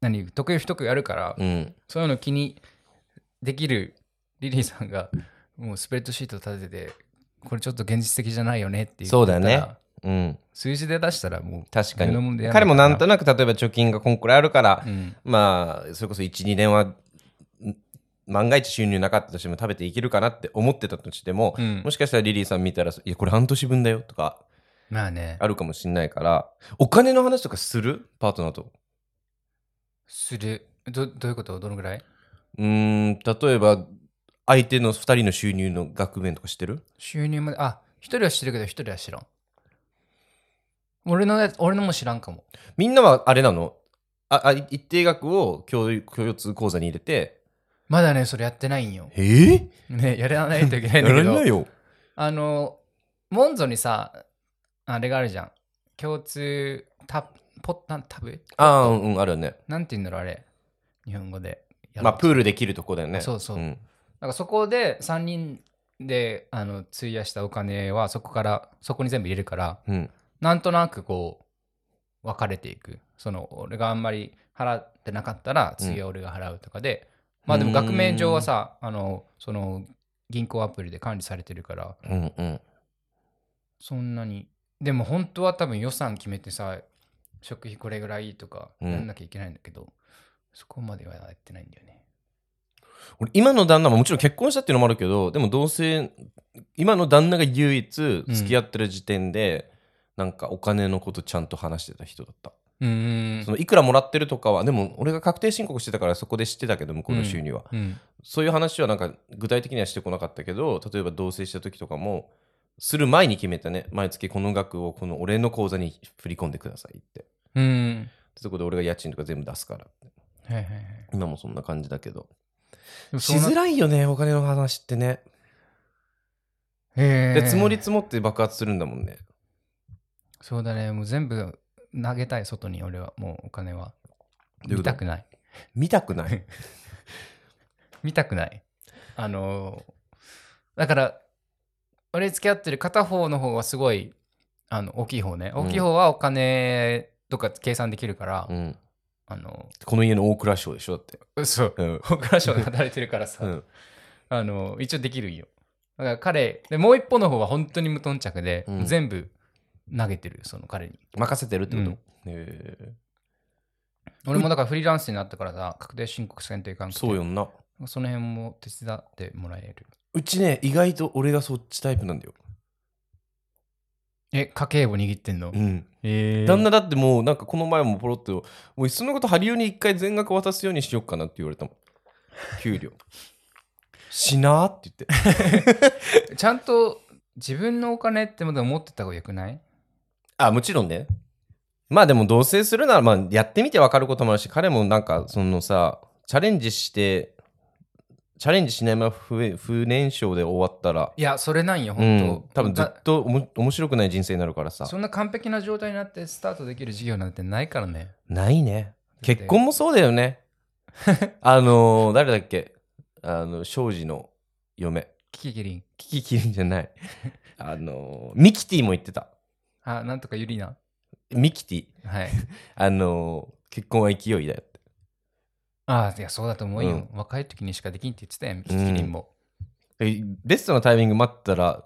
[SPEAKER 2] 何得意不得意やるから、
[SPEAKER 1] うん。
[SPEAKER 2] そういうの気にできるリリーさんがもうスプレッドシート立ててこれちょっと現実的じゃないよねって言ってたら
[SPEAKER 1] そうだよねうん。
[SPEAKER 2] 数字で出したらもう
[SPEAKER 1] 確か
[SPEAKER 2] 目の前で
[SPEAKER 1] に
[SPEAKER 2] やる
[SPEAKER 1] 彼もなんとなく例えば貯金がこんくらいあるから、
[SPEAKER 2] うん
[SPEAKER 1] まあそれこそ12年はん万が一収入なかったとしても食べていけるかなって思ってたとしても、
[SPEAKER 2] うん
[SPEAKER 1] もしかしたらリリーさん見たら「いやこれ半年分だよ」とか
[SPEAKER 2] まあね
[SPEAKER 1] あるかもしんないからお金の話とかするパートナーと。
[SPEAKER 2] するどどういうことどのぐらいう
[SPEAKER 1] ーん例えば相手の2人の収入の額面とか知ってる
[SPEAKER 2] 収入まであ一人は知ってるけど一人は知らん俺のやつ俺のも知らんかも
[SPEAKER 1] みんなはあれなのああ一定額を共共通口座に入れて
[SPEAKER 2] まだねそれやってないんよ
[SPEAKER 1] えー、
[SPEAKER 2] ねやらないといけない
[SPEAKER 1] や
[SPEAKER 2] んだけ
[SPEAKER 1] <laughs> ら
[SPEAKER 2] ど
[SPEAKER 1] ないよ。
[SPEAKER 2] あのモンゾにさあれがあるじゃん共通タポッタンタブ
[SPEAKER 1] ああうんあるよね。
[SPEAKER 2] なんて言うんだろうあれ日本語でや
[SPEAKER 1] まあ、
[SPEAKER 2] る
[SPEAKER 1] プールできるとこだよね。
[SPEAKER 2] そうそうんなんかそこで3人であの費やしたお金はそこからそこに全部入れるから
[SPEAKER 1] うん
[SPEAKER 2] なんとなくこう分かれていくその俺があんまり払ってなかったら次は俺が払うとかで、まあでも額面上はさあのその銀行アプリで管理されてるから
[SPEAKER 1] うんうん
[SPEAKER 2] そんなにでも本当は多分予算決めてさ食費これぐらいとか
[SPEAKER 1] うん
[SPEAKER 2] やんなきゃいけないんだけど、そこまではやってないんだよね
[SPEAKER 1] 俺今の旦那ももちろん結婚したっていうのもあるけどでも同性今の旦那が唯一付き合ってる時点で、なんかお金のことちゃんと話してた人だった、
[SPEAKER 2] うんうん
[SPEAKER 1] そのいくらもらってるとかはでも俺が確定申告してたからそこで知ってたけど向こうの収入は、
[SPEAKER 2] うん
[SPEAKER 1] そういう話はなんか具体的にはしてこなかったけど例えば同棲した時とかもする前に決めたね毎月この額をこの俺の口座に振り込んでくださいってで
[SPEAKER 2] うん
[SPEAKER 1] そこで俺が家賃とか全部出すからって
[SPEAKER 2] はいはいはい
[SPEAKER 1] 今もそんな感じだけど
[SPEAKER 2] でも
[SPEAKER 1] し
[SPEAKER 2] そうな
[SPEAKER 1] づらいよねお金の話ってね
[SPEAKER 2] へー
[SPEAKER 1] で積もり積もって爆発するんだもんね
[SPEAKER 2] そうだねもう全部投げたい外に俺はもうお金は
[SPEAKER 1] どういうこと
[SPEAKER 2] 見たくない
[SPEAKER 1] 見たくない
[SPEAKER 2] <laughs> 見たくないあのーだから俺付き合ってる片方の方はすごいあの大きい方ね
[SPEAKER 1] うん
[SPEAKER 2] 大きい方はお金とか計算できるから、
[SPEAKER 1] うん
[SPEAKER 2] あの
[SPEAKER 1] この家の大蔵省でしょだって
[SPEAKER 2] そう
[SPEAKER 1] うん
[SPEAKER 2] 大蔵省で働いてるからさ、
[SPEAKER 1] うん
[SPEAKER 2] あの一応できるんよだから彼でもう一方の方は本当に無頓着で、
[SPEAKER 1] うん
[SPEAKER 2] 全部投げてるその彼に
[SPEAKER 1] 任せてるってこと、
[SPEAKER 2] うん
[SPEAKER 1] へえ
[SPEAKER 2] 俺もだからフリーランスになったからさ確定申告せんといかんくて
[SPEAKER 1] そうよんな
[SPEAKER 2] その辺も手伝ってもらえる
[SPEAKER 1] うちね意外と俺がそっちタイプなんだよ、
[SPEAKER 2] え家計簿握ってんの、
[SPEAKER 1] うん、
[SPEAKER 2] えー
[SPEAKER 1] 旦那だってもうなんかこの前もポロッと「もういっそのことハリオに一回全額渡すようにしよっかな」って言われたもん給
[SPEAKER 2] <laughs>
[SPEAKER 1] 料しなーって言って
[SPEAKER 2] ちゃんと自分のお金ってまだ持ってた方がよくない
[SPEAKER 1] あもちろんねまあでも同棲するならまあやってみて分かることもあるし彼もなんかそのさチャレンジしてチャレンジしないまま不え不燃焼で終わったら
[SPEAKER 2] いやそれなんよ
[SPEAKER 1] う
[SPEAKER 2] 本当、
[SPEAKER 1] ん多分ずっとおも面白くない人生になるからさ
[SPEAKER 2] だそんな完璧な状態になってスタートできる事業なんてないからね
[SPEAKER 1] ないね
[SPEAKER 2] だって
[SPEAKER 1] 結婚もそうだよ
[SPEAKER 2] <laughs>
[SPEAKER 1] ねあのー誰だっけあの庄司の嫁
[SPEAKER 2] キキキリン
[SPEAKER 1] キキキリンじゃ
[SPEAKER 2] <laughs>
[SPEAKER 1] ない。あのーミキティも言ってた。
[SPEAKER 2] あなんとかユリナ
[SPEAKER 1] ミキティ。
[SPEAKER 2] はい
[SPEAKER 1] あのー結婚は勢いだよって。
[SPEAKER 2] あいやそうだと思うよ、
[SPEAKER 1] う
[SPEAKER 2] 若い時にしかできんって言ってたやんキキキリンも、
[SPEAKER 1] えベストなタイミング待ったら、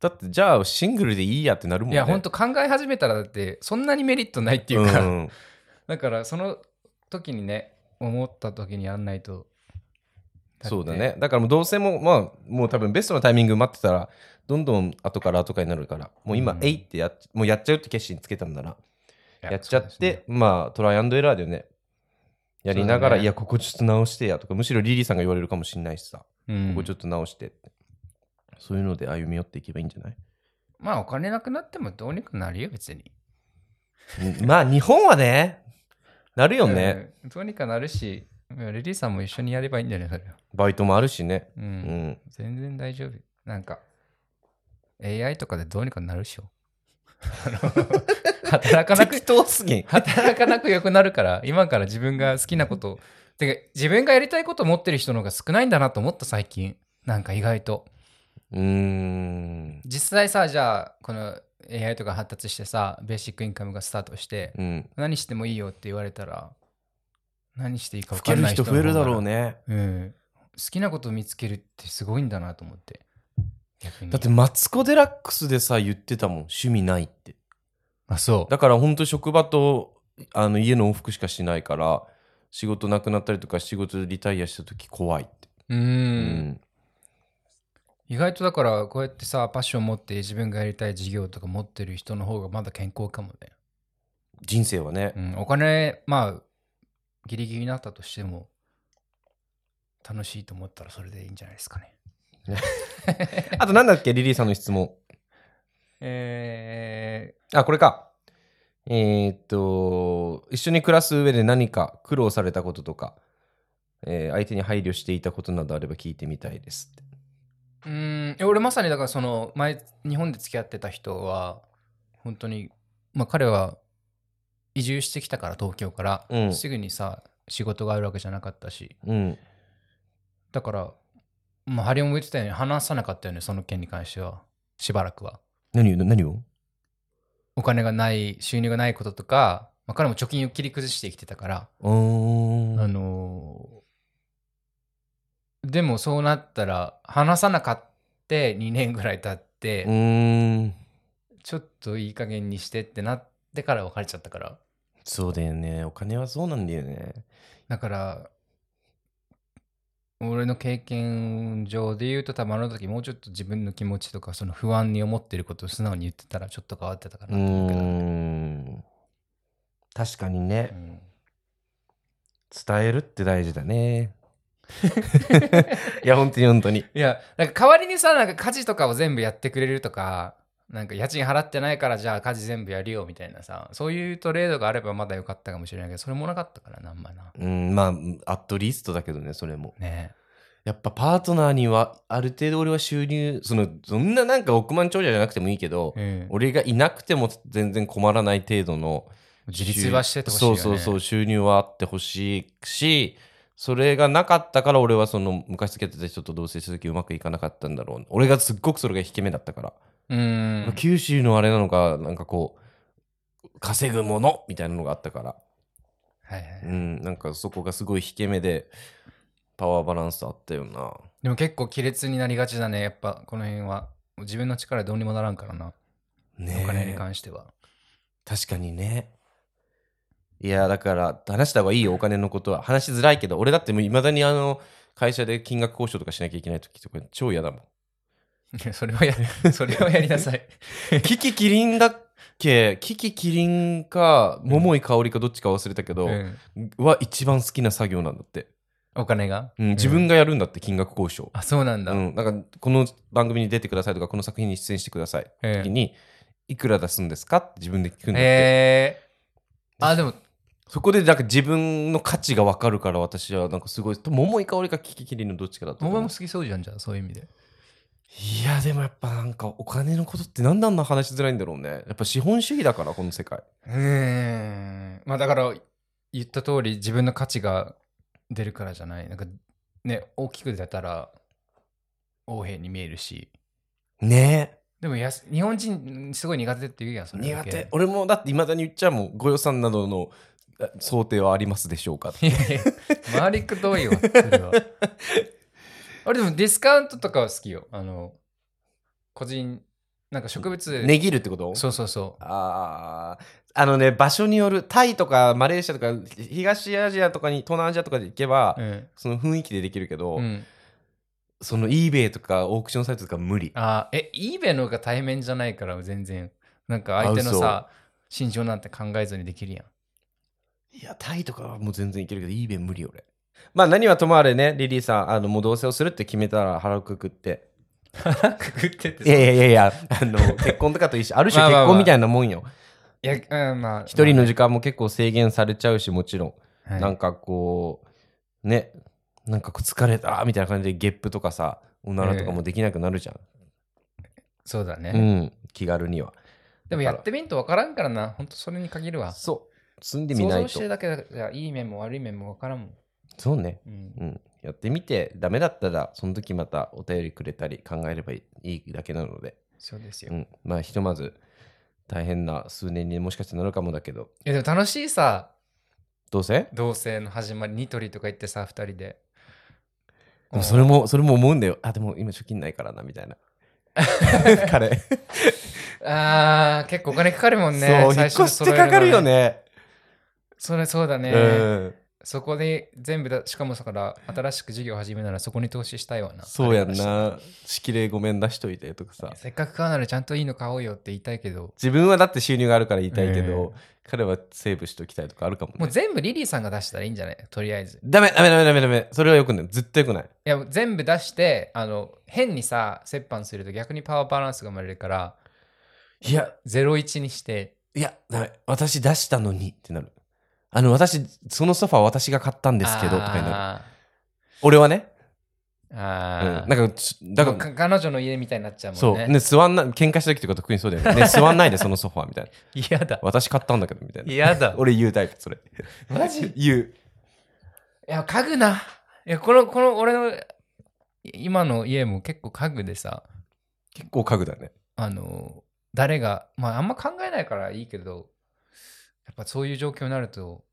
[SPEAKER 1] だってじゃあシングルでいいやってなるもんね。
[SPEAKER 2] いや本当考え始めたらだってそんなにメリットないっていう
[SPEAKER 1] う
[SPEAKER 2] か、
[SPEAKER 1] ん、
[SPEAKER 2] だからその時にね思った時にやんないとって
[SPEAKER 1] そうだね。だからもうどうせも、まあ、もう多分ベストなタイミング待ってたら、どんどん後から後からになるから、もう今、
[SPEAKER 2] うん
[SPEAKER 1] えいってやっもうやっちゃうって決心つけたんだな。
[SPEAKER 2] いや
[SPEAKER 1] やっちゃっ
[SPEAKER 2] そうです
[SPEAKER 1] て
[SPEAKER 2] ね、
[SPEAKER 1] まあトライアンドエラーだよね。やりなが
[SPEAKER 2] そうだ
[SPEAKER 1] ら、
[SPEAKER 2] ね
[SPEAKER 1] いや、ここちょっと直してやとか、むしろリリーさんが言われるかもしれないしさ。
[SPEAKER 2] うん
[SPEAKER 1] ここちょっと直してって、そういうので歩み寄っていけばいいんじゃない <laughs>
[SPEAKER 2] まあお金なくなってもどうにかなるよ別に
[SPEAKER 1] うんまあ日本はねなるよね、
[SPEAKER 2] うんどうにかなるし、レディーさんも一緒にやればいいんだよね、それは。
[SPEAKER 1] バイトもあるしね
[SPEAKER 2] うん。
[SPEAKER 1] うん、
[SPEAKER 2] 全然大丈夫。なんか、AI とかでどうにかなるでしょ。
[SPEAKER 1] <laughs>
[SPEAKER 2] あの <laughs> 働かなく
[SPEAKER 1] 適、当すぎん
[SPEAKER 2] 働かなくよくなるから、今から自分が好きなことを、てか、自分がやりたいことを持ってる人の方が少ないんだなと思った、最近。なんか意外と。
[SPEAKER 1] うーん
[SPEAKER 2] 実際さ、じゃあ、この AI とか発達してさ、ベーシックインカムがスタートして、
[SPEAKER 1] うん
[SPEAKER 2] 何してもいいよって言われたら、何していい
[SPEAKER 1] 老
[SPEAKER 2] か分か
[SPEAKER 1] け
[SPEAKER 2] ん
[SPEAKER 1] る
[SPEAKER 2] ない
[SPEAKER 1] 人
[SPEAKER 2] 人
[SPEAKER 1] 増えるだろう
[SPEAKER 2] ね
[SPEAKER 1] ね
[SPEAKER 2] うん、好きなことを見つけるってすごいんだなと思って逆に
[SPEAKER 1] だってマツコ・デラックスでさ言ってたもん趣味ないって
[SPEAKER 2] あそう
[SPEAKER 1] だからほんと職場とあの家の往復しかしないから仕事なくなったりとか仕事リタイアした時怖いって
[SPEAKER 2] うん
[SPEAKER 1] うん
[SPEAKER 2] 意外とだからこうやってさパッション持って自分がやりたい事業とか持ってる人の方がまだ健康かもね、
[SPEAKER 1] 人生はね、
[SPEAKER 2] うん、お金まあギリギリになったとしても楽しいと思ったらそれでいいんじゃないですかね
[SPEAKER 1] あとなんだっけリリーさんの質問
[SPEAKER 2] え
[SPEAKER 1] あ、これか。えーっと、一緒に暮らす上で何か苦労されたこととか、えー相手に配慮していたことなどあれば聞いてみたいですって。
[SPEAKER 2] ー、うんえ俺まさにだからその前日本で付き合ってた人は本当にまあ彼は移住してきたから東京から、
[SPEAKER 1] うん
[SPEAKER 2] すぐにさ仕事があるわけじゃなかったし
[SPEAKER 1] うん。
[SPEAKER 2] だからまあハリオンも言ってたように話さなかったよねその件に関してはしばらくは
[SPEAKER 1] 何を何を
[SPEAKER 2] お金がない収入がないこととか、まあ、彼も貯金を切り崩して生きてたから、
[SPEAKER 1] うー
[SPEAKER 2] あ
[SPEAKER 1] ん。
[SPEAKER 2] のーでもそうなったら話さなかった2年ぐらい経って、
[SPEAKER 1] うーん。
[SPEAKER 2] ちょっといい加減にしてってなってから別れちゃったから
[SPEAKER 1] そうだよね。お金はそうなんだよね。
[SPEAKER 2] だから俺の経験上で言うと多分あの時もうちょっと自分の気持ちとかその不安に思ってることを素直に言ってたらちょっと変わってたかな
[SPEAKER 1] うー
[SPEAKER 2] と思うけど、うん
[SPEAKER 1] ん確かにね伝えるって大事だ
[SPEAKER 2] <laughs>
[SPEAKER 1] ねいや本当に本当に
[SPEAKER 2] いやなんか代わりにさなんか家事とかを全部やってくれるとかなんか家賃払ってないからじゃあ家事全部やるよみたいなさそういうトレードがあればまだ良かったかもしれないけどそれもなかったからなあんまな
[SPEAKER 1] うんまあアットリストだけどねそれも
[SPEAKER 2] ね
[SPEAKER 1] やっぱパートナーにはある程度俺は収入そのそんななんか億万長者じゃなくてもいいけど、
[SPEAKER 2] え、うん、
[SPEAKER 1] 俺がいなくても全然困らない程度の
[SPEAKER 2] 自立はしててほしいよ、ね、
[SPEAKER 1] そうそうそう収入はあってほしいしそれがなかったから俺はその昔付き合ってた人と同棲した時うまくいかなかったんだろう俺がすっごくそれが引け目だったから、
[SPEAKER 2] うーん
[SPEAKER 1] 九州のあれなのかなんかこう稼ぐものみたいなのがあったから
[SPEAKER 2] はいはい
[SPEAKER 1] うんなんかそこがすごい引け目でパワーバランスあったよな
[SPEAKER 2] でも結構亀裂になりがちだねやっぱこの辺は自分の力どうにもならんからな、
[SPEAKER 1] ねえ
[SPEAKER 2] お金に関しては <laughs>
[SPEAKER 1] 確かにねいやだから話した方がいいよお金のことは話しづらいけど俺だっていまだにあの会社で金額交渉とかしなきゃいけない時とか超嫌だもん
[SPEAKER 2] <laughs> いやそれはやるそれはやりな
[SPEAKER 1] <laughs>
[SPEAKER 2] さい
[SPEAKER 1] キキキリンだっけキキキリンか桃井かおりかどっちか忘れたけど、
[SPEAKER 2] うん
[SPEAKER 1] は一番好きな作業なんだって、
[SPEAKER 2] お金が、
[SPEAKER 1] うん、自分がやるんだって金額交渉、
[SPEAKER 2] あそうなんだ、
[SPEAKER 1] うん、なんかこの番組に出てくださいとかこの作品に出演してください
[SPEAKER 2] え
[SPEAKER 1] 時にいくら出すんですかって自分で聞くんだって、
[SPEAKER 2] えーあでも
[SPEAKER 1] そこでなんか自分の価値が分かるから私はなんかすごい桃井かおりかキキキリンのどっちかだと
[SPEAKER 2] お
[SPEAKER 1] 思
[SPEAKER 2] 前
[SPEAKER 1] う
[SPEAKER 2] も好きそうじゃんじゃあそういう意味で
[SPEAKER 1] いやでもやっぱなんかお金のことってなんであんな話しづらいんだろうねやっぱ資本主義だからこの世界
[SPEAKER 2] うーんまあだから言った通り自分の価値が出るからじゃないなんかね大きく出たら横柄に見えるし
[SPEAKER 1] ね
[SPEAKER 2] でもやす日本人すごい苦手って言うやんそ
[SPEAKER 1] え
[SPEAKER 2] れだ
[SPEAKER 1] 苦
[SPEAKER 2] け
[SPEAKER 1] 手俺もだっていまだに言っちゃうもんご予算などのあ想定はありますでしょうか
[SPEAKER 2] いやいや回りくどいわそれ <laughs> は俺でもディスカウントとかは好きよあの個人なんか植物、
[SPEAKER 1] 値切るってこと
[SPEAKER 2] そうそうそう
[SPEAKER 1] あーあのね場所によるタイとかマレーシアとか東アジアとかに東南アジアとかで行けば、
[SPEAKER 2] うん、
[SPEAKER 1] その雰囲気でできるけど、
[SPEAKER 2] うん、
[SPEAKER 1] その eBay とかオークションサイトとか無理
[SPEAKER 2] あーえ eBay の方が対面じゃないから全然なんか相手のさ身長なんて考えずにできる
[SPEAKER 1] <laughs>
[SPEAKER 2] やん
[SPEAKER 1] いや、タイとかはもう全然いけるけど、イーベン無理俺。まあ何はともあれね、リリーさん、あの、もう同棲をするって決めたら腹をくくって。
[SPEAKER 2] 腹くくってて
[SPEAKER 1] い
[SPEAKER 2] さ
[SPEAKER 1] やいやいやいや、あの、結婚とかと
[SPEAKER 2] <laughs>
[SPEAKER 1] 一緒。ある種
[SPEAKER 2] まあ
[SPEAKER 1] 結
[SPEAKER 2] まあまあ
[SPEAKER 1] 婚みたいなもんよ。
[SPEAKER 2] いや、うん、まあ
[SPEAKER 1] 一人の時間も結構制限されちゃうし、もちろん。
[SPEAKER 2] まあね
[SPEAKER 1] な
[SPEAKER 2] は
[SPEAKER 1] ん
[SPEAKER 2] い
[SPEAKER 1] かこう、ね、なんかこう疲れたみたいな感じでゲップとかさ、おならとかもできなくなるじゃん。
[SPEAKER 2] そうだね、
[SPEAKER 1] うん、気軽には。
[SPEAKER 2] でもやってみんとわからんからなほんとそれに限るわ
[SPEAKER 1] そう、住んでみ
[SPEAKER 2] 想
[SPEAKER 1] ない
[SPEAKER 2] 像
[SPEAKER 1] と。
[SPEAKER 2] してるだけだからいい面も悪い面もわからんもん、
[SPEAKER 1] そうね。
[SPEAKER 2] うん
[SPEAKER 1] うん、やってみてダメだったらその時またお便りくれたり考えればいいだけなので、
[SPEAKER 2] そうですよ
[SPEAKER 1] うん、まあひとまず大変な数年にもしかしてなるかもだけど
[SPEAKER 2] いやでも楽しいさ
[SPEAKER 1] どうせ
[SPEAKER 2] 同棲の始まりニトリとか行ってさ2人で
[SPEAKER 1] でもそれもそれも思うんだよあでも今貯金ないからなみたいな <laughs> 彼、
[SPEAKER 2] あー結構お金かかるもんね
[SPEAKER 1] そう引っ
[SPEAKER 2] 最初
[SPEAKER 1] 越
[SPEAKER 2] に
[SPEAKER 1] しっ
[SPEAKER 2] 揃え
[SPEAKER 1] て
[SPEAKER 2] の
[SPEAKER 1] かかるよね
[SPEAKER 2] それそうだね、
[SPEAKER 1] うん
[SPEAKER 2] そこで全部だしかもだから新しく事業始めならそこに投資したいわな
[SPEAKER 1] そうやんな式礼ごめん出しといてとかさ
[SPEAKER 2] せっかく買うならちゃんといいの買おうよって言いたいけど
[SPEAKER 1] 自分はだって収入があるから言いたいけど、彼はセーブしときたいとかあるかも
[SPEAKER 2] もう
[SPEAKER 1] ね
[SPEAKER 2] 全部リリーさんが出したらいいんじゃないとりあえず
[SPEAKER 1] ダメダメダメダメダメそれはよくないずっとよくない
[SPEAKER 2] いや全部出してあの変にさ折半すると逆にパワーバランスが生まれるから
[SPEAKER 1] いや
[SPEAKER 2] 01にして
[SPEAKER 1] いや、ダメ。私出したのにってなる。あの、私、そのソファー私が買ったんですけど、とかになる。
[SPEAKER 2] あ
[SPEAKER 1] 俺はね。
[SPEAKER 2] ー
[SPEAKER 1] うん。
[SPEAKER 2] あ
[SPEAKER 1] な
[SPEAKER 2] ー、
[SPEAKER 1] んか、ちだか
[SPEAKER 2] もう
[SPEAKER 1] ら、
[SPEAKER 2] 彼女の家みたいになっちゃうも
[SPEAKER 1] そ
[SPEAKER 2] ん
[SPEAKER 1] う。
[SPEAKER 2] ね
[SPEAKER 1] ね、座んな、喧嘩した時とか特にそうだよ
[SPEAKER 2] <laughs>
[SPEAKER 1] ね。ね、座んないで、そのソファーみたいな。
[SPEAKER 2] 嫌
[SPEAKER 1] <laughs>
[SPEAKER 2] だ
[SPEAKER 1] 私買ったんだけど、みたいな。
[SPEAKER 2] 嫌 <laughs> だ
[SPEAKER 1] 俺言うタイプ、それ。
[SPEAKER 2] マジい
[SPEAKER 1] 言う。
[SPEAKER 2] や家具ないやこのこの俺の今の家も結構家具でさ
[SPEAKER 1] 結構家具だね。
[SPEAKER 2] あの誰がまああんま考えないからいいけどやっぱそういう状況になると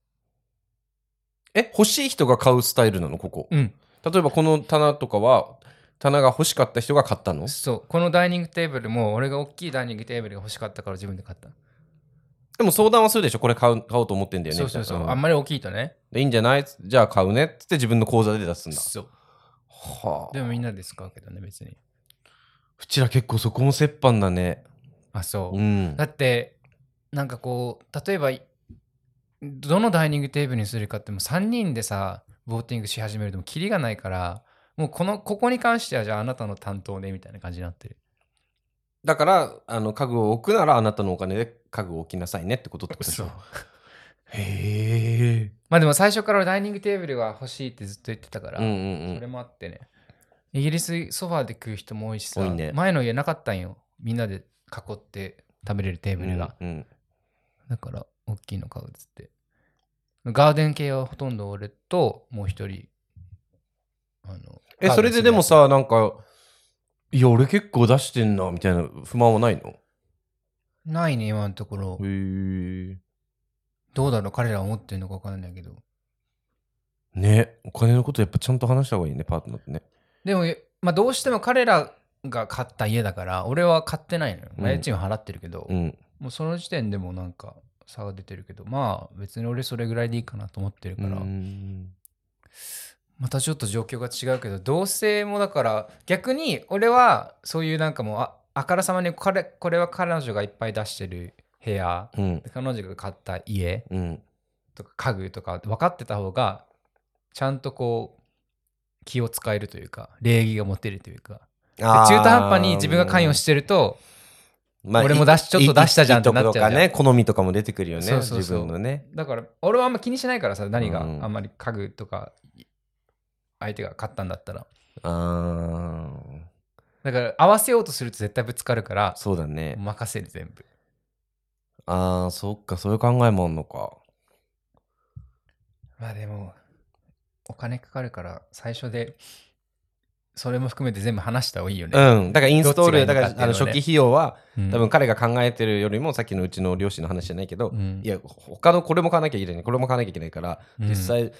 [SPEAKER 1] え、欲しい人が買うスタイルなの、ここ。
[SPEAKER 2] うん
[SPEAKER 1] 例えば、この棚とかは、棚が欲しかった人が買ったの
[SPEAKER 2] そうこのダイニングテーブルも俺が大きいダイニングテーブルが欲しかったから自分で買った
[SPEAKER 1] でも相談はするでしょこれ買う買おうと思ってんだよね。
[SPEAKER 2] そうそうそ
[SPEAKER 1] み
[SPEAKER 2] う、
[SPEAKER 1] たいな
[SPEAKER 2] あんまり大きいとね
[SPEAKER 1] でいいんじゃないじゃあ買うね。つって自分の口座で出すんだ。
[SPEAKER 2] そう
[SPEAKER 1] はあ
[SPEAKER 2] でもみんなで使うけどね別に
[SPEAKER 1] うちら結構そこも折半だね
[SPEAKER 2] あそうう、
[SPEAKER 1] ん
[SPEAKER 2] だってなんかこう例えばいどのダイニングテーブルにするかってもう3人でさボーティングし始めるともうキリがないからもうこのここに関してはじゃああなたの担当ねみたいな感じになってる
[SPEAKER 1] だからあの家具を置くならあなたのお金で家具を置きなさいねってことってことでしょへえ
[SPEAKER 2] まあでも最初からダイニングテーブルが欲しいってずっと言ってたから、
[SPEAKER 1] うんうん
[SPEAKER 2] それ
[SPEAKER 1] うん
[SPEAKER 2] もあってねイギリスソファーで食う人も多いしさ
[SPEAKER 1] 多いね
[SPEAKER 2] 前の家なかったんよみんなで囲って食べれるテーブルが、
[SPEAKER 1] うんうん
[SPEAKER 2] だから大きいの買うっつってガーデン系はほとんど俺ともう一人あの
[SPEAKER 1] え
[SPEAKER 2] ガーデン
[SPEAKER 1] それ
[SPEAKER 2] す
[SPEAKER 1] で
[SPEAKER 2] る
[SPEAKER 1] でも
[SPEAKER 2] や
[SPEAKER 1] さなんかいや俺結構出してんなみたいな不満はないの
[SPEAKER 2] つないね今のところ
[SPEAKER 1] へえ
[SPEAKER 2] どうだろう彼らは思ってるのか分かんないけど
[SPEAKER 1] ねお金のことやっぱちゃんと話した方がいいねパートナーってね
[SPEAKER 2] でも、まあ、どうしても彼らが買った家だから俺は買ってないのよ、まあ
[SPEAKER 1] うん
[SPEAKER 2] 家賃は払ってるけど、
[SPEAKER 1] うん
[SPEAKER 2] もうその時点でもなんか差が出てるけどまあ別に俺それぐらいでいいかなと思ってるから、
[SPEAKER 1] うん
[SPEAKER 2] またちょっと状況が違うけど同性もだから逆に俺はそういうなんかもうああからさまにこれこれは彼女がいっぱい出してる部屋
[SPEAKER 1] うん
[SPEAKER 2] で彼女が買った家
[SPEAKER 1] うん
[SPEAKER 2] とか家具とか分かってた方がちゃんとこう気を使えるというか礼儀が持てるというか
[SPEAKER 1] 中
[SPEAKER 2] で中途半端に自分が関与してると
[SPEAKER 1] ま
[SPEAKER 2] 俺も出しちょっと出したじゃんってなっちゃうじゃん
[SPEAKER 1] いいいいところかね好みとかも出てくるよね
[SPEAKER 2] そうそうそう
[SPEAKER 1] 自分のね
[SPEAKER 2] だから俺はあんま気にしないからさ何が、
[SPEAKER 1] うん
[SPEAKER 2] あんまり家具とか相手が買ったんだったら
[SPEAKER 1] あー
[SPEAKER 2] だから合わせようとすると絶対ぶつかるから
[SPEAKER 1] そうだね
[SPEAKER 2] 任せる全部
[SPEAKER 1] あーそっかそういう考えもあんのか
[SPEAKER 2] まあでもお金かかるから最初でそれも含めて全部話した方がいいよね、
[SPEAKER 1] うんだからインストールだ
[SPEAKER 2] どっち
[SPEAKER 1] か
[SPEAKER 2] がいい
[SPEAKER 1] ら
[SPEAKER 2] のかっていうの
[SPEAKER 1] あ
[SPEAKER 2] ね
[SPEAKER 1] の初期費用は
[SPEAKER 2] うん
[SPEAKER 1] 多分彼が考えてるよりもさっきのうちの両親の話じゃないけど
[SPEAKER 2] うん
[SPEAKER 1] いや他のこれも買わなきゃいけないこれも買わなきゃいけないから
[SPEAKER 2] うん
[SPEAKER 1] 実際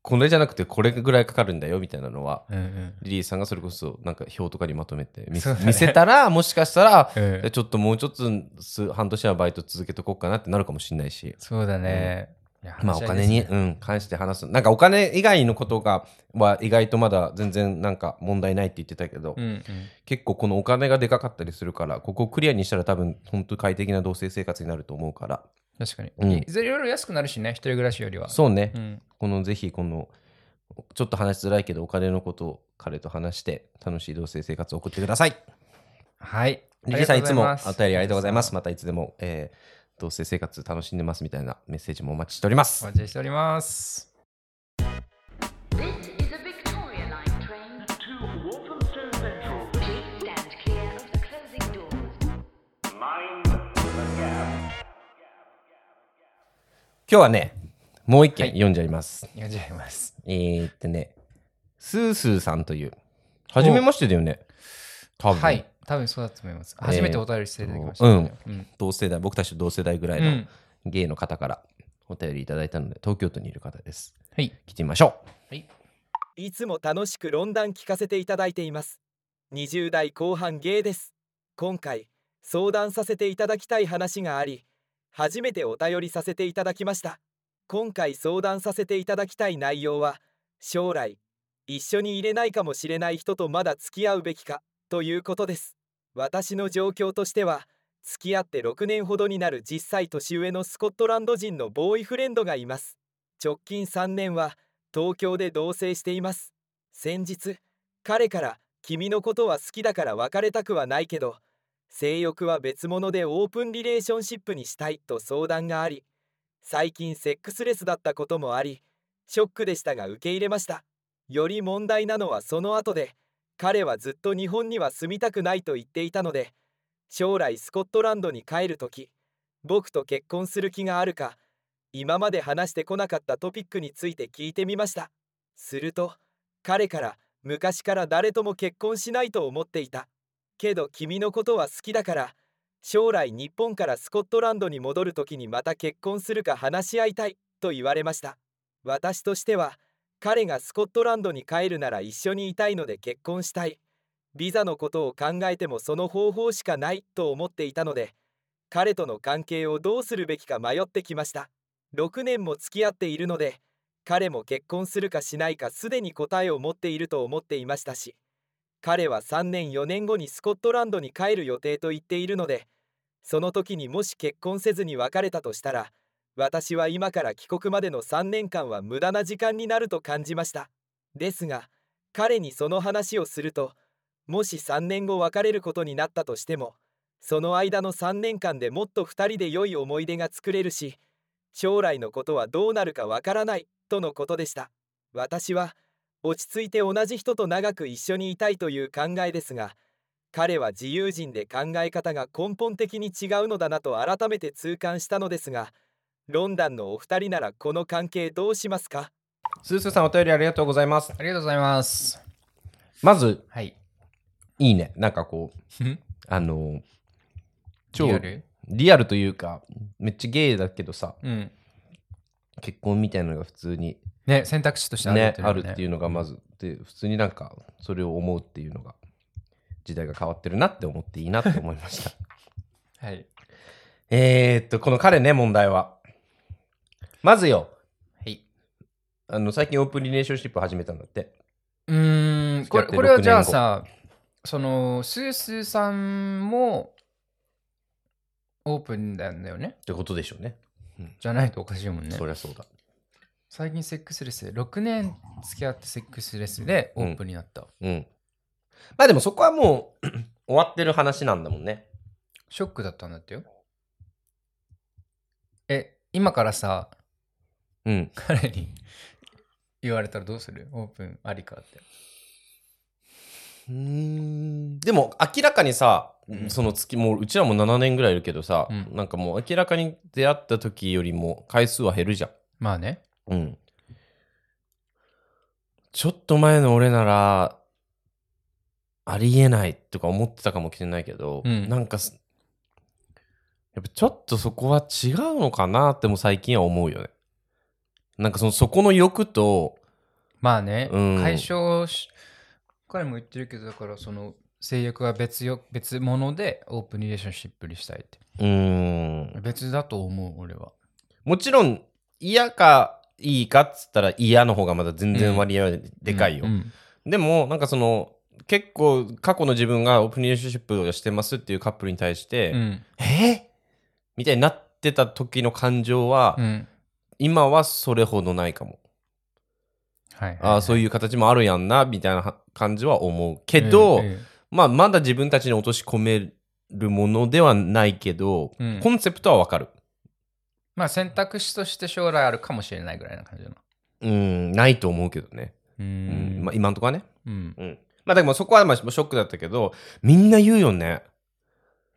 [SPEAKER 1] これじゃなくてこれぐらいかかるんだよみたいなのは
[SPEAKER 2] うんうん
[SPEAKER 1] リリーさんがそれこそなんか表とかにまとめて見せ
[SPEAKER 2] そうだね
[SPEAKER 1] 見せたらもしかしたら
[SPEAKER 2] うん
[SPEAKER 1] でちょっともうちょっとす半年はバイト続けとこうかなってなるかもしれないし、
[SPEAKER 2] そうだね、いや
[SPEAKER 1] まあお
[SPEAKER 2] 話し合い
[SPEAKER 1] 金
[SPEAKER 2] です
[SPEAKER 1] に、
[SPEAKER 2] ね
[SPEAKER 1] うん、関して話すなんかお金以外のことがは意外とまだ全然なんか問題ないって言ってたけど、
[SPEAKER 2] うんうん
[SPEAKER 1] 結構このお金がでかかったりするからここをクリアにしたら多分本当快適な同棲生活になると思うから
[SPEAKER 2] 確かに、
[SPEAKER 1] うん
[SPEAKER 2] いずれいろいろ安くなるしね一人暮らしよりは
[SPEAKER 1] そうね、
[SPEAKER 2] うん、
[SPEAKER 1] このぜひこのちょっと話しづらいけどお金のことを彼と話して楽しい同棲生活を送ってください。
[SPEAKER 2] はい
[SPEAKER 1] リリーさんいつも
[SPEAKER 2] あ
[SPEAKER 1] お便りありがとうございます。
[SPEAKER 2] お
[SPEAKER 1] またいつでも、えー同棲生活楽しんでますみたいなメッセージもお待ちしております。
[SPEAKER 2] 待ちしております
[SPEAKER 5] This is a Victoria Line train to Walthamstow Central. Please stand clear of the closing doors.
[SPEAKER 6] Mind the gap.
[SPEAKER 1] 今日はね、もう一
[SPEAKER 2] は
[SPEAKER 1] 件
[SPEAKER 2] い
[SPEAKER 1] 読んじゃいます。
[SPEAKER 2] ありがとうございます
[SPEAKER 1] えー、ってね、スースーさんという、はじめましてだよね。多分、
[SPEAKER 2] はい多分そうだと思います初めてお便りしていただきました、
[SPEAKER 1] うん
[SPEAKER 2] うん
[SPEAKER 1] 同世代、僕たちと同世代ぐらいのゲイの方からお便りいただいたので、東京都にいる方です。
[SPEAKER 2] はい
[SPEAKER 1] 来てみましょう。
[SPEAKER 3] いつも楽しく論談聞かせていただいています20代後半ゲイです今回相談させていただきたい話があり初めてお便りさせていただきました今回相談させていただきたい内容は将来一緒に入れないかもしれない人とまだ付き合うべきかということです私の状況としては付き合って6年ほどになる実際年上のスコットランド人のボーイフレンドがいます直近3年は東京で同棲しています先日彼から「君のことは好きだから別れたくはないけど性欲は別物でオープンリレーションシップにしたい」と相談があり最近セックスレスだったこともありショックでしたが受け入れましたより問題なのはその後で彼はずっと日本には住みたくないと言っていたので将来スコットランドに帰る時僕と結婚する気があるか今まで話してこなかったトピックについて聞いてみましたすると彼から昔から誰とも結婚しないと思っていたけど君のことは好きだから将来日本からスコットランドに戻る時にまた結婚するか話し合いたいと言われました私としては彼がスコットランドに帰るなら一緒にいたいので結婚したいビザのことを考えてもその方法しかないと思っていたので彼との関係をどうするべきか迷ってきました6年も付き合っているので彼も結婚するかしないかすでに答えを持っていると思っていましたし彼は3年4年後にスコットランドに帰る予定と言っているのでその時にもし結婚せずに別れたとしたら私は今から帰国までの3年間は無駄な時間になると感じましたですが彼にその話をするともし3年後別れることになったとしてもその間の3年間でもっと2人で良い思い出が作れるし将来のことはどうなるかわからないとのことでした私は落ち着いて同じ人と長く一緒にいたいという考えですが彼は自由人で考え方が根本的に違うのだなと改めて痛感したのですがロンダンのお二人ならこの関係どうしますか
[SPEAKER 1] スースーさんお便りありがとうございます。
[SPEAKER 2] ありがとうございます。
[SPEAKER 1] まず、
[SPEAKER 2] はい。
[SPEAKER 1] いいね。なんかこう、
[SPEAKER 2] ん
[SPEAKER 1] あの、
[SPEAKER 2] リアル
[SPEAKER 1] リアルというか、めっちゃゲイだけどさ、
[SPEAKER 2] うん。
[SPEAKER 1] 結婚みたいなのが普通に
[SPEAKER 2] ね、選択肢としてある
[SPEAKER 1] ね
[SPEAKER 2] っていう
[SPEAKER 1] あ
[SPEAKER 2] の
[SPEAKER 1] る
[SPEAKER 2] ね
[SPEAKER 1] っていうのがまず、で、普通になんか、それを思うっていうのが、時代が変わってるなって思っていいなって思いました。
[SPEAKER 2] はい。
[SPEAKER 1] えーっと、この彼ね、問題は。まずよ、
[SPEAKER 2] はい。
[SPEAKER 1] あの、最近オープンリレーションシップ始めたんだって。
[SPEAKER 2] うーん、こ
[SPEAKER 1] 付き合
[SPEAKER 2] れ
[SPEAKER 1] って
[SPEAKER 2] これは
[SPEAKER 1] 6
[SPEAKER 2] じゃあさ、その、スースーさんもオープンなんだよね。
[SPEAKER 1] ってことでしょうね。
[SPEAKER 2] じゃないとおかしいもんね
[SPEAKER 1] そ。りゃそうだ。
[SPEAKER 2] 最近セックスレスで、6年付き合ってセックスレスでオープンになった。
[SPEAKER 1] うん。まあでもそこはもう終わってる話なんだもんね。
[SPEAKER 2] ショックだったんだってよ。え、今からさ、
[SPEAKER 1] うん。
[SPEAKER 2] 彼に言われたらどうするオープンありかって。
[SPEAKER 1] でも明らかにさ、
[SPEAKER 2] うん
[SPEAKER 1] その月もううちらも7年ぐらいいるけどさ、
[SPEAKER 2] うん
[SPEAKER 1] なんかもう明らかに出会った時よりも回数は減るじゃん。
[SPEAKER 2] まあね。
[SPEAKER 1] うん。ちょっと前の俺なら、ありえないとか思ってたかもしれないけど、
[SPEAKER 2] うん
[SPEAKER 1] なんかす、やっぱちょっとそこは違うのかなっても最近は思うよね。なんかその、そこの欲と、
[SPEAKER 2] まあね、
[SPEAKER 1] うん
[SPEAKER 2] 解消し彼も言ってるけどだからその性欲は別よ別物でオープンリレーションシップにしたいって
[SPEAKER 1] うーん、
[SPEAKER 2] 別だと思う俺は
[SPEAKER 1] もちろん嫌かいいかっつったら嫌の方がまだ全然割合はでかいよ。
[SPEAKER 2] うんうん
[SPEAKER 1] でも、なんかその、結構過去の自分がオープンリレーションシップをしてますっていうカップルに対して、
[SPEAKER 2] うん
[SPEAKER 1] えみたいになってた時の感情は、
[SPEAKER 2] うん
[SPEAKER 1] 今はそれほどないかも。
[SPEAKER 2] はい
[SPEAKER 1] ああ、そう
[SPEAKER 2] う
[SPEAKER 1] いう形もあるやんな、みたいなは感じは思うけど、まあ、まだ自分たちに落とし込めるものではないけど、
[SPEAKER 2] うん
[SPEAKER 1] コンセプトはわかる。
[SPEAKER 2] まあ選択肢として将来あるかもしれないぐらいな感じなの
[SPEAKER 1] うん、ないと思うけどね。
[SPEAKER 2] う
[SPEAKER 1] うん
[SPEAKER 2] ん
[SPEAKER 1] まあ、今んとこはね。
[SPEAKER 2] うん
[SPEAKER 1] うん。まあ、でもそこはまあショックだったけど、みんな言うよね。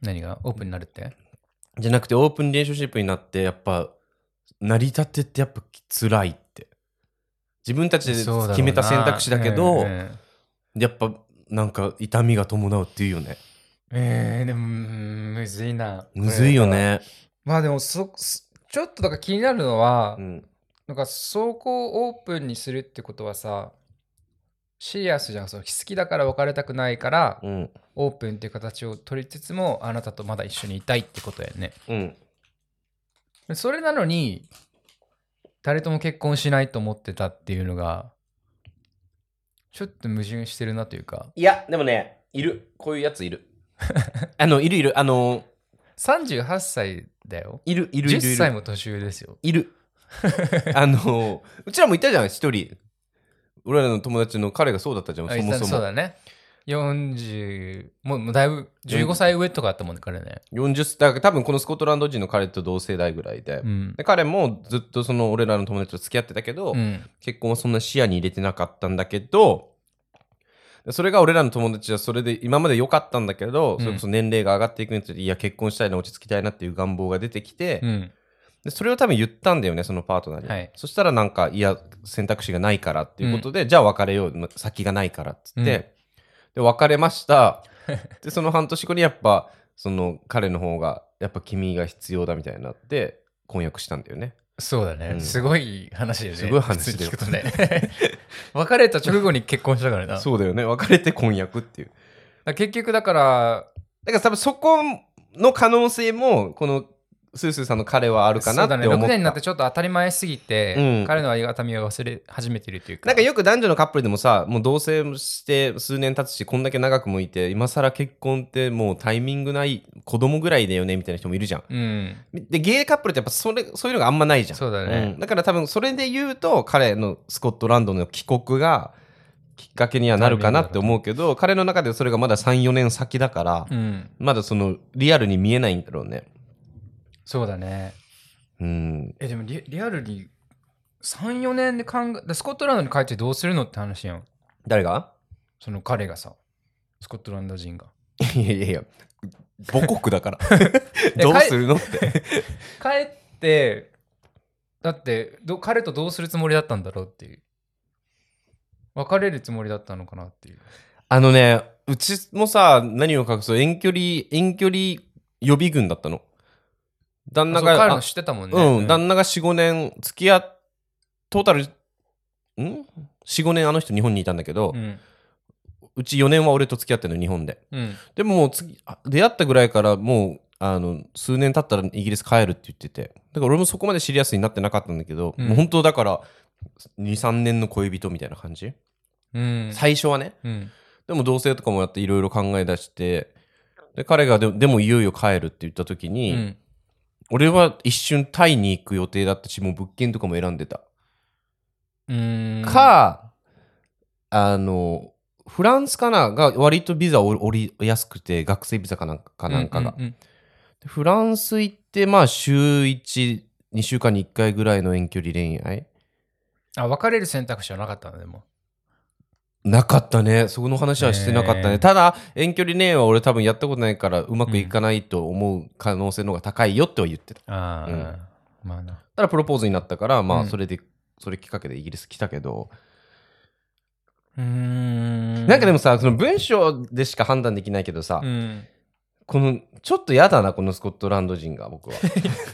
[SPEAKER 2] 何がオープンになるって
[SPEAKER 1] じゃなくて、オープンリレーションシップになって、やっぱ、成り立てってやっぱ辛いって。自分たちで
[SPEAKER 2] そうだろうな
[SPEAKER 1] 決めた選択肢だけど、
[SPEAKER 2] うんうん
[SPEAKER 1] やっぱなんか痛みが伴うっていうよね。
[SPEAKER 2] えー、でもうんむずいな
[SPEAKER 1] むずいよね。
[SPEAKER 2] まあでもそそちょっとだから気になるのは、
[SPEAKER 1] うん。
[SPEAKER 2] なんかそこをオープンにするってことはさシリアスじゃんその好きだから別れたくないから
[SPEAKER 1] うん。
[SPEAKER 2] オープンっていう形を取りつつもあなたとまだ一緒にいたいってことやね
[SPEAKER 1] うん。
[SPEAKER 2] それなのに誰とも結婚しないと思ってたっていうのがちょっと矛盾してるなというか
[SPEAKER 1] いや、でもね、いる。こういうやついる。 <laughs> あの、いるいる。あの、
[SPEAKER 2] 38歳だよ
[SPEAKER 1] いるいるいるいる。
[SPEAKER 2] 10歳も年上ですよ
[SPEAKER 1] い
[SPEAKER 2] <laughs>
[SPEAKER 1] る。あの、うちらもいたじゃん、一人。俺らの友達の彼がそうだったじゃん、
[SPEAKER 2] あ
[SPEAKER 1] そもそ
[SPEAKER 2] そう
[SPEAKER 1] も。
[SPEAKER 2] だね40もうもうだいぶ15歳上とかあったもんね彼ね
[SPEAKER 1] 40歳、だから多分このスコットランド人の彼と同世代ぐらいで。
[SPEAKER 2] うん
[SPEAKER 1] で彼もずっとその俺らの友達と付き合ってたけど、
[SPEAKER 2] うん
[SPEAKER 1] 結婚はそんな視野に入れてなかったんだけどそれが俺らの友達はそれで今まで良かったんだけど、
[SPEAKER 2] うん
[SPEAKER 1] それこそ年齢が上がっていくにつれていや結婚したいな落ち着きたいなっていう願望が出てきて、
[SPEAKER 2] うん
[SPEAKER 1] でそれを多分言ったんだよねそのパートナーに、
[SPEAKER 2] はい
[SPEAKER 1] そしたらなんかいや選択肢がないからっていうことで、じゃあ別れよう先がないからっつって、
[SPEAKER 2] うん
[SPEAKER 1] で別れました
[SPEAKER 2] <laughs>
[SPEAKER 1] でその半年後にやっぱその彼の方がやっぱ君が必要だみたいになって婚約したんだよね
[SPEAKER 2] そうだね、
[SPEAKER 1] うん
[SPEAKER 2] すごい話だよね。
[SPEAKER 1] すごい話
[SPEAKER 2] 普
[SPEAKER 1] だよ
[SPEAKER 2] 通に聞くとね。 <laughs> 別れた直後に結婚したからな。
[SPEAKER 1] そうだよね別れて婚約っていう
[SPEAKER 2] 結局だから、
[SPEAKER 1] だから多分そこの可能性もこのスースーさんの彼はあるかな
[SPEAKER 2] そう
[SPEAKER 1] って
[SPEAKER 2] だ
[SPEAKER 1] 思
[SPEAKER 2] ね
[SPEAKER 1] った
[SPEAKER 2] 6年になってちょっと当たり前すぎて、
[SPEAKER 1] うん
[SPEAKER 2] 彼のありがたみを忘れ始めてるというか
[SPEAKER 1] なんかよく男女のカップルでもさもう同棲して数年経つしこんだけ長くもいて今更結婚ってもうタイミングない子供ぐらいだよねみたいな人もいるじゃん
[SPEAKER 2] うん
[SPEAKER 1] でゲイカップルってやっぱそれそういうのがあんまないじゃん
[SPEAKER 2] そうだね
[SPEAKER 1] んだから多分それで言うと彼のスコットランドの帰国がきっかけにはなるかなって思うけど彼の中でそれがまだ34年先だから、
[SPEAKER 2] うん
[SPEAKER 1] まだそのリアルに見えないんだろうね
[SPEAKER 2] そうだね
[SPEAKER 1] うん
[SPEAKER 2] えでもリリアルに34年で考えだからスコットランドに帰ってどうするのって話やん
[SPEAKER 1] 誰が
[SPEAKER 2] その彼がさスコットランド人が
[SPEAKER 1] いやいやいや母国だから
[SPEAKER 2] え
[SPEAKER 1] どうするのって
[SPEAKER 2] 帰ってだってど彼とどうするつもりだったんだろうっていう別れるつもりだったのかなっていう
[SPEAKER 1] あのね、うちもさ、何を隠そう、遠距離、遠距離予備軍だったの。旦那
[SPEAKER 2] あそう彼
[SPEAKER 1] が、
[SPEAKER 2] の知ってたもんね
[SPEAKER 1] あうん、旦那が4、5年付き合っ、トータル、ん ?4、5年あの人日本にいたんだけど、
[SPEAKER 2] う
[SPEAKER 1] うんち4年は俺と付き合ってるの、日本で。
[SPEAKER 2] うん
[SPEAKER 1] でももう次、あ出会ったぐらいからもう、あの数年経ったらイギリス帰るって言っててだから俺もそこまでシリアスになってなかったんだけど、
[SPEAKER 2] うん
[SPEAKER 1] もう本当だから23年の恋人みたいな感じ、
[SPEAKER 2] うん
[SPEAKER 1] 最初はね、
[SPEAKER 2] うん
[SPEAKER 1] でも同棲とかもやっていろいろ考え出してで彼がででもいよいよ帰るって言った時
[SPEAKER 2] う
[SPEAKER 1] に、
[SPEAKER 2] ん
[SPEAKER 1] 俺は一瞬タイに行く予定だったしもう物件とかも選んでた、
[SPEAKER 2] うん
[SPEAKER 1] かあのフランスかなが割とビザお降りやすくて学生ビザかなんかかなんかが、
[SPEAKER 2] うんうん
[SPEAKER 1] でフランス行ってまあ週12週間に1回ぐらいの遠距離恋愛
[SPEAKER 2] あ別れる選択肢はなかったのでも
[SPEAKER 1] なかったね。そこの話はしてなかったね。
[SPEAKER 2] ねえ
[SPEAKER 1] ただ、遠距離恋愛は俺多分やったことないから、うまくいかないと思う可能性の方が高いよっては言ってた。
[SPEAKER 2] ああ、
[SPEAKER 1] うん
[SPEAKER 2] まあな
[SPEAKER 1] ただ、プロポーズになったから、ま
[SPEAKER 2] う
[SPEAKER 1] あ、
[SPEAKER 2] ん
[SPEAKER 1] それで、それきっかけでイギリス来たけど、
[SPEAKER 2] うーん
[SPEAKER 1] なんかでもさ、その文章でしか判断できないけどさ、
[SPEAKER 2] うん
[SPEAKER 1] この、ちょっと嫌だな、このスコットランド人が、 <laughs> 僕は。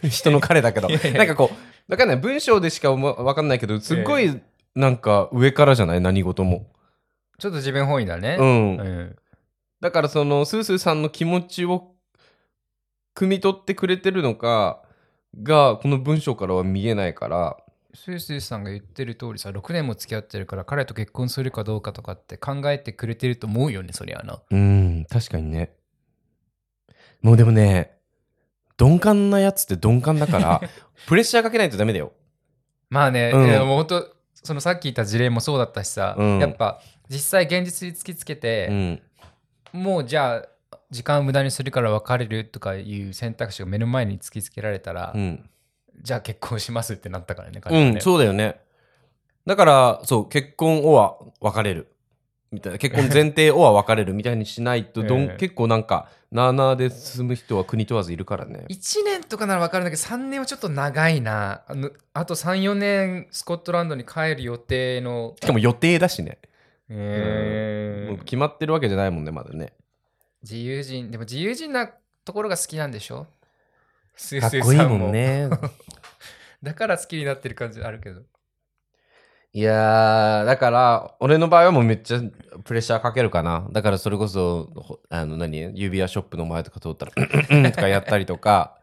[SPEAKER 1] 人の彼だけど。
[SPEAKER 2] いやいや
[SPEAKER 1] なんかこう、わかんない。文章でしか思わわかんないけど、すっご
[SPEAKER 2] い
[SPEAKER 1] い、なんか上からじゃない何事も。
[SPEAKER 2] ちょっと自分本位だね
[SPEAKER 1] うん
[SPEAKER 2] う。ん
[SPEAKER 1] だからそのスースーさんの気持ちを汲み取ってくれてるのかがこの文章からは見えないから
[SPEAKER 2] スイスイさんが言ってる通りさ6年も付き合ってるから彼と結婚するかどうかとかって考えてくれてると思うよねそりゃあな
[SPEAKER 1] うん確かにねもうでもね鈍感なやつって鈍感だから <laughs> プレッシャーかけないとダメだよ
[SPEAKER 2] まあね、
[SPEAKER 1] うん
[SPEAKER 2] いやもう本当そのさっき言った事例もそうだったしさ、
[SPEAKER 1] うん
[SPEAKER 2] やっぱ実際現実に突きつけ
[SPEAKER 1] う
[SPEAKER 2] て、
[SPEAKER 1] ん
[SPEAKER 2] もうじゃあ時間を無駄にするから別れるとかいう選択肢が目の前に突きつけられたら、
[SPEAKER 1] うん、
[SPEAKER 2] じゃあ結婚しますってなったからね彼は
[SPEAKER 1] う
[SPEAKER 2] ね
[SPEAKER 1] ん、そうだよねだからそう結婚をは別れるみたいな結婚前提をは別れるみたいにしないとどん、
[SPEAKER 2] ええ
[SPEAKER 1] 結構なんかなあなあで進む人は国問わずいるからね
[SPEAKER 2] 1年とかなら分かるんだけど3年はちょっと長いなあのあと34年スコットランドに帰る予定の
[SPEAKER 1] しかも予定だしね
[SPEAKER 2] えー
[SPEAKER 1] もう決まってるわけじゃないもんねまだね
[SPEAKER 2] 自由人でも自由人なところが好きなんでしょスー
[SPEAKER 1] かっ
[SPEAKER 2] スー
[SPEAKER 1] こいい
[SPEAKER 2] さ
[SPEAKER 1] もんね <laughs>
[SPEAKER 2] だから好きになってる感じあるけど
[SPEAKER 1] いやーだから俺の場合はもうめっちゃプレッシャーかけるかなだからそれこそほあの何指輪ショップの前とか通ったらうんうんとかやったりとか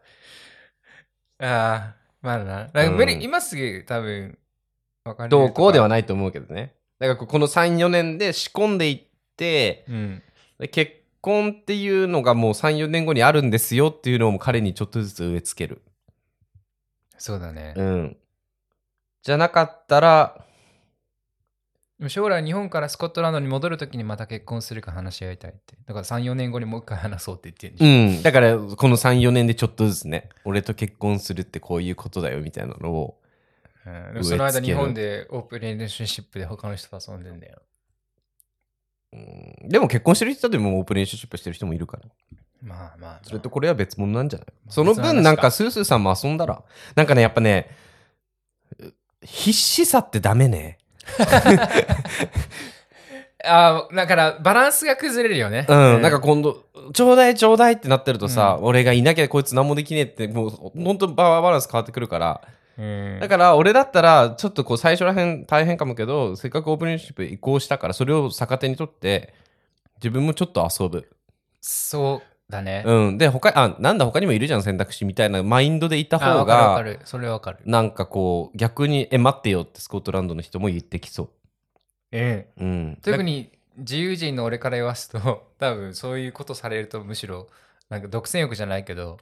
[SPEAKER 2] ああ、まだな。なんか無理、
[SPEAKER 1] うん
[SPEAKER 2] 今すぐ多分、わかる。
[SPEAKER 1] どうこうではないと思うけどねだからここの34年で仕込んでいって
[SPEAKER 2] うん。
[SPEAKER 1] で結婚っていうのがもう34年後にあるんですよっていうのを彼にちょっとずつ植え付ける
[SPEAKER 2] そうだね。
[SPEAKER 1] うんじゃなかったら
[SPEAKER 2] でも将来日本からスコットランドに戻るときにまた結婚するか話し合いたいって。だから3、4年後にもう一回話そうって言ってるんで
[SPEAKER 1] う
[SPEAKER 2] しょ
[SPEAKER 1] ん、だからこの34年でちょっとずつね俺と結婚するってこういうことだよみたいなのを
[SPEAKER 2] うんでもその間日本でオープンレレーションシップで他の人と遊んでんだよ。
[SPEAKER 1] うんでも結婚してる人でもオープンレーションシップしてる人もいるから
[SPEAKER 2] まあまあ、まあ。
[SPEAKER 1] それとこれは別物なんじゃない
[SPEAKER 2] まあ
[SPEAKER 1] その
[SPEAKER 2] 別の話
[SPEAKER 1] 分
[SPEAKER 2] か
[SPEAKER 1] なんかスースーさんも遊んだらなんかねやっぱねう必死さってダメね
[SPEAKER 2] ああ、だからバランスが崩れるよね。
[SPEAKER 1] うん、
[SPEAKER 2] う
[SPEAKER 1] なんか今度ちょうだいちょうだいってなってるとさ、俺がいなきゃこいつ何もできねえってもうほんとバランス変わってくるから
[SPEAKER 2] うん
[SPEAKER 1] だから俺だったらちょっとこう最初らへん大変かもけどせっかくオープニングシップ移行したからそれを逆手にとって自分もちょっと遊ぶ
[SPEAKER 2] そうだね。
[SPEAKER 1] うん。で、他、あ、なんだ、他にもいるじゃん、選択肢みたいなマインドでいた
[SPEAKER 2] あ
[SPEAKER 1] 方
[SPEAKER 2] わかるわか
[SPEAKER 1] が、
[SPEAKER 2] る。それわかる。
[SPEAKER 1] なんかこう、逆に、え、待ってよってスコットランドの人も言ってきそ
[SPEAKER 2] ええ。
[SPEAKER 1] う。うん。
[SPEAKER 2] 特に自由人の俺から言わすと、 <laughs> 多分そういうことされるとむしろ、なんか独占欲じゃないけど、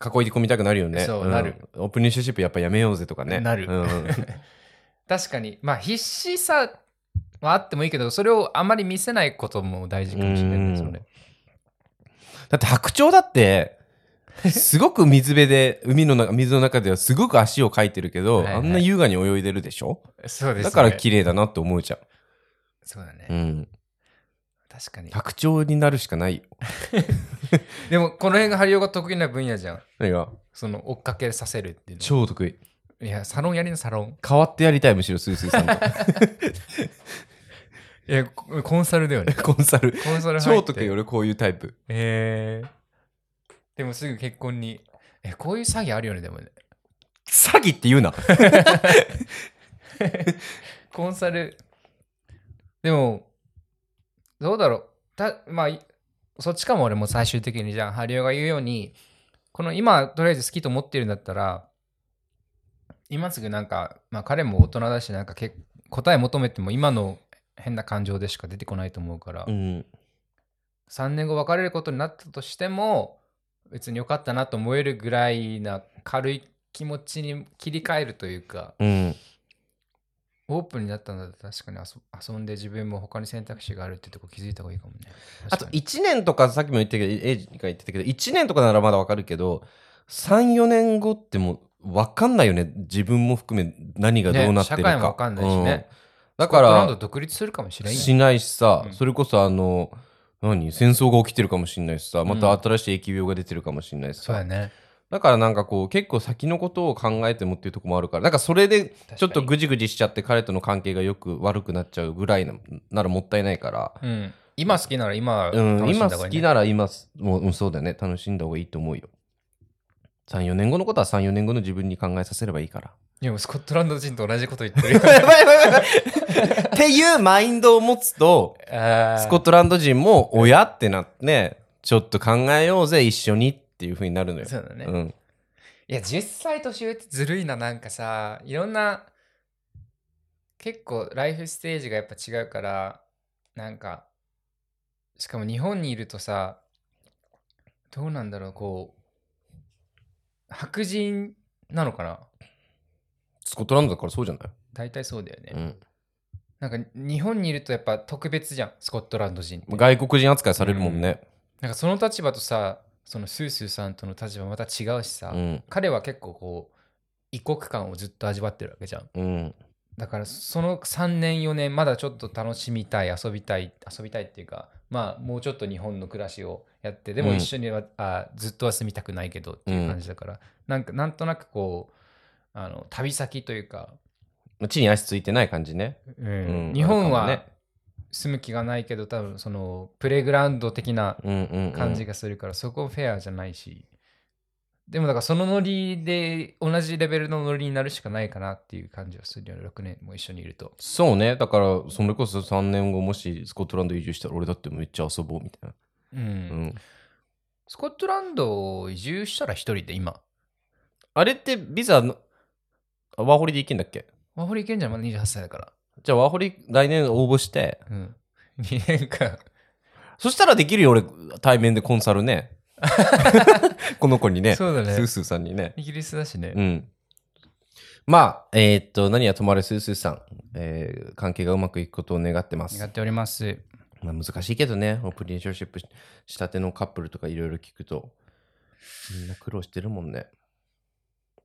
[SPEAKER 1] 囲い込みたくなるよね。
[SPEAKER 2] そうんなる。
[SPEAKER 1] オープニシュシップやっぱやめようぜとかね。
[SPEAKER 2] なる
[SPEAKER 1] うんうん。
[SPEAKER 2] 確かに、まあ必死さはあってもいいけど、それをあまり見せないことも大事かもしれないですよね。
[SPEAKER 1] だって白鳥だって、すごく水辺で、海の中、水の中ではすごく足をかいてるけど、
[SPEAKER 2] はいはい
[SPEAKER 1] あんな優雅に泳いでるでしょ
[SPEAKER 2] そうですね。
[SPEAKER 1] だから綺麗だなって思うじゃん。
[SPEAKER 2] そうだね。
[SPEAKER 1] うん。
[SPEAKER 2] 確かに。
[SPEAKER 1] 白鳥になるしかないよ。
[SPEAKER 2] でも、この辺がハリオが得意な分野じゃん。
[SPEAKER 1] 何が
[SPEAKER 2] その、追っかけさせるっていう
[SPEAKER 1] 超得意。
[SPEAKER 2] の。いや、サロンやりな、サロン。
[SPEAKER 1] 変わってやりたい、むしろ、スースーさん
[SPEAKER 2] <laughs>
[SPEAKER 1] と。
[SPEAKER 2] いや、ココンサルだよね。
[SPEAKER 1] コンサル。
[SPEAKER 2] コンサル入って
[SPEAKER 1] 超得意、俺こういうタイプ。
[SPEAKER 2] えーでもすぐ結婚に。え、こういう詐欺あるよね、でもね。
[SPEAKER 1] 詐欺って言うな。
[SPEAKER 2] <laughs> コンサル。でも、どうだろう。たまあ、いそっちかも俺も最終的にじゃあ、ハリオが言うように、この今、とりあえず好きと思ってるんだったら、今すぐなんか、まあ彼も大人だし、なんかけ答え求めても今の変な感情でしか出てこないと思うから、
[SPEAKER 1] うん。
[SPEAKER 2] 3年後別れることになったとしても、別に良かったなと思えるぐらいな軽い気持ちに切り替えるというか、
[SPEAKER 1] うん。
[SPEAKER 2] オープンになったんだったら確かに遊遊んで自分も他に選択肢があるってとこ気づいた方がいいかもね。
[SPEAKER 1] あと
[SPEAKER 2] 確かに
[SPEAKER 1] 1年とか、さっきも言ったけど、エイジが言ってたけど、1年とかならまだわかるけど、3、4年後ってもうわかんないよね。自分も含め何がどうなってる
[SPEAKER 2] ね
[SPEAKER 1] か。
[SPEAKER 2] 社会もわかんないしね
[SPEAKER 1] うん。だか
[SPEAKER 2] スコットランド
[SPEAKER 1] ら、
[SPEAKER 2] 独立するかもしれんよ
[SPEAKER 1] しないしさ、
[SPEAKER 2] うん
[SPEAKER 1] それこそあの、何戦争が起きてるかもしれないしさ、また
[SPEAKER 2] うん
[SPEAKER 1] 新しい疫病が出てるかもしれないしさ、
[SPEAKER 2] そうやね。
[SPEAKER 1] だからなんかこう結構先のことを考えてもっていうとこもあるからなんかそれで
[SPEAKER 2] かに
[SPEAKER 1] ちょっとぐじぐじしちゃって彼との関係がよく悪くなっちゃうぐらいなならもったいないから、
[SPEAKER 2] うん。今好きなら今
[SPEAKER 1] う
[SPEAKER 2] 楽
[SPEAKER 1] ん、
[SPEAKER 2] しんだ
[SPEAKER 1] 今
[SPEAKER 2] 方が
[SPEAKER 1] 好
[SPEAKER 2] いい、ね。
[SPEAKER 1] きなら今すもう、うん、そうだね楽しんだ方がいいと思うよ34年後のことは34年後の自分に考えさせればいい
[SPEAKER 2] <laughs>
[SPEAKER 1] から <laughs>
[SPEAKER 2] いやもうスコットランド人と同じこと言ってるよ。
[SPEAKER 1] やばいやばいやばいっていうマインドを持つと
[SPEAKER 2] あー
[SPEAKER 1] スコットランド人も親ってなってちょっと考えようぜ一緒にっていうふうになるのよ
[SPEAKER 2] そうだね。
[SPEAKER 1] うん
[SPEAKER 2] いや、10歳年上ってずるいな、なんかさ、いろんな、結構ライフステージがやっぱ違うから、なんか、しかも日本にいるとさ、どうなんだろう、こう、白人なのかな
[SPEAKER 1] スコットランドだからそうじゃない、
[SPEAKER 2] 大体そうだよね。
[SPEAKER 1] うん
[SPEAKER 2] なんか日本にいるとやっぱ特別じゃん、スコットランド人って。
[SPEAKER 1] 外国人扱いされるもんね。
[SPEAKER 2] なんかその立場とさ、そのスースーさんとの立場また違うしさ、
[SPEAKER 1] うん。
[SPEAKER 2] 彼は結構こう、異国感をずっと味わってるわけじゃん。
[SPEAKER 1] うん。
[SPEAKER 2] だからその3年4年まだちょっと楽しみたい遊びたい遊びたいっていうかまあもうちょっと日本の暮らしをやってでも
[SPEAKER 1] うん
[SPEAKER 2] 一緒には、あずっとは住みたくないけどっていう感じだから、なんかなんとなくこうあの旅先というか、
[SPEAKER 1] 地に足ついてない感じね。
[SPEAKER 2] うん
[SPEAKER 1] うん
[SPEAKER 2] 日本
[SPEAKER 1] ある
[SPEAKER 2] は
[SPEAKER 1] か
[SPEAKER 2] 住む気がないけど多分そのプレイグラウンド的な
[SPEAKER 1] もねうんうんうん。
[SPEAKER 2] 感じがするから、そこフェアじゃないしでもだからそのノリで同じレベルのノリになるしかないかなっていう感じはするよね6年も一緒にいると。
[SPEAKER 1] そうね。だから、それこそ3年後、もしスコットランド移住したら、俺だってめっちゃ遊ぼうみたいな。うん。
[SPEAKER 2] スコットランドを移住したら一人で今。
[SPEAKER 1] あれって、ビザの、あワーホリで行けんだっけ
[SPEAKER 2] ワーホリ行けんじゃん、まだ28歳だから。
[SPEAKER 1] じゃあ、ワーホリ来年応募して、
[SPEAKER 2] うん。2年 <laughs> 間。
[SPEAKER 1] そしたらできるよ、俺、対面でコンサル <laughs> ね。この子にね。
[SPEAKER 2] そうだね
[SPEAKER 1] スースーさんにね。
[SPEAKER 2] イギリスだしね。
[SPEAKER 1] うん。まあ、えーっと、何はともあれ、スースーさん、えー関係がうまくいくことを願ってます
[SPEAKER 2] や。っております。
[SPEAKER 1] まあ、難しいけどね、オープンリレーションシップししたてのカップルとかいろいろ聞くと、みんな苦労してるもんね。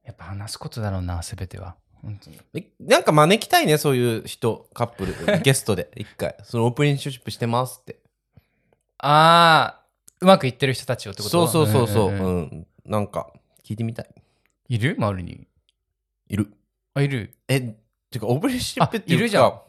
[SPEAKER 2] やっぱ話すことだろうな、すべては。本当に。
[SPEAKER 1] えなんか招きたいね、そういう人、カップ <laughs> ル、ゲストで、一回。そのオープンリレーションシップしてますって。
[SPEAKER 2] あー、うまくいってる人たちをってこと
[SPEAKER 1] そうそうそうそう、うん
[SPEAKER 2] んんん
[SPEAKER 1] なんか、聞いてみたい。
[SPEAKER 2] いる周りに。
[SPEAKER 1] いる。
[SPEAKER 2] あ、いる。
[SPEAKER 1] え、てか、オープンリレーションシップっていう
[SPEAKER 2] あいるじゃん
[SPEAKER 1] か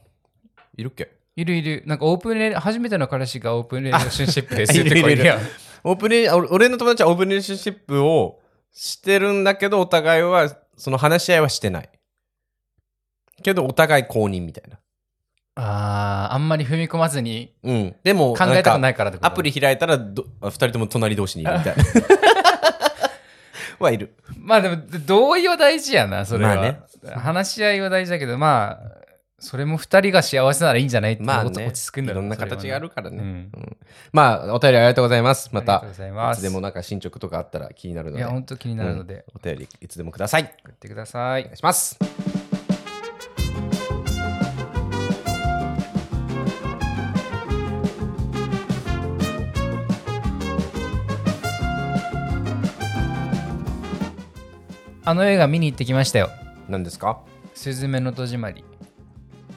[SPEAKER 1] いるっけ
[SPEAKER 2] いるいる。なんかオープンレ、初めての彼氏がオープンレレーションシップです
[SPEAKER 1] あ
[SPEAKER 2] って子
[SPEAKER 1] いるいるいる
[SPEAKER 2] やん
[SPEAKER 1] オープンリ俺俺の友達はオープンリレーションシップをしてるんだけど、お互いは、その話し合いはしてない。けど、お互い公認みたいな。
[SPEAKER 2] あーあんまり踏み込まずに
[SPEAKER 1] うん。でも、。
[SPEAKER 2] 考えたくないいからってこと
[SPEAKER 1] アプリ開いたらど、2人とも隣同士にいるみたいな。 <laughs> はいる。
[SPEAKER 2] まあでも同意は大事やなそれは、
[SPEAKER 1] まあね
[SPEAKER 2] 話し合いは大事だけどまあそれも2人が幸せならいいんじゃないって
[SPEAKER 1] まあ
[SPEAKER 2] 落
[SPEAKER 1] ね、
[SPEAKER 2] ち着くんだ
[SPEAKER 1] い
[SPEAKER 2] ろ
[SPEAKER 1] ろ
[SPEAKER 2] うんな
[SPEAKER 1] な
[SPEAKER 2] それはね
[SPEAKER 1] 形があるからね。
[SPEAKER 2] うん
[SPEAKER 1] うんまあ、お便りありがとうございます。ま
[SPEAKER 2] ありが
[SPEAKER 1] た
[SPEAKER 2] とう、ございます
[SPEAKER 1] いつでもなんか進捗とかあったら気になるの
[SPEAKER 2] い
[SPEAKER 1] で
[SPEAKER 2] や、本当気になるので
[SPEAKER 1] お便りいつでもください。
[SPEAKER 2] 送ってください、
[SPEAKER 1] お願いします。
[SPEAKER 2] あの映画見に行ってきましたよ
[SPEAKER 1] 何ですか
[SPEAKER 2] 「すずめの戸締まり」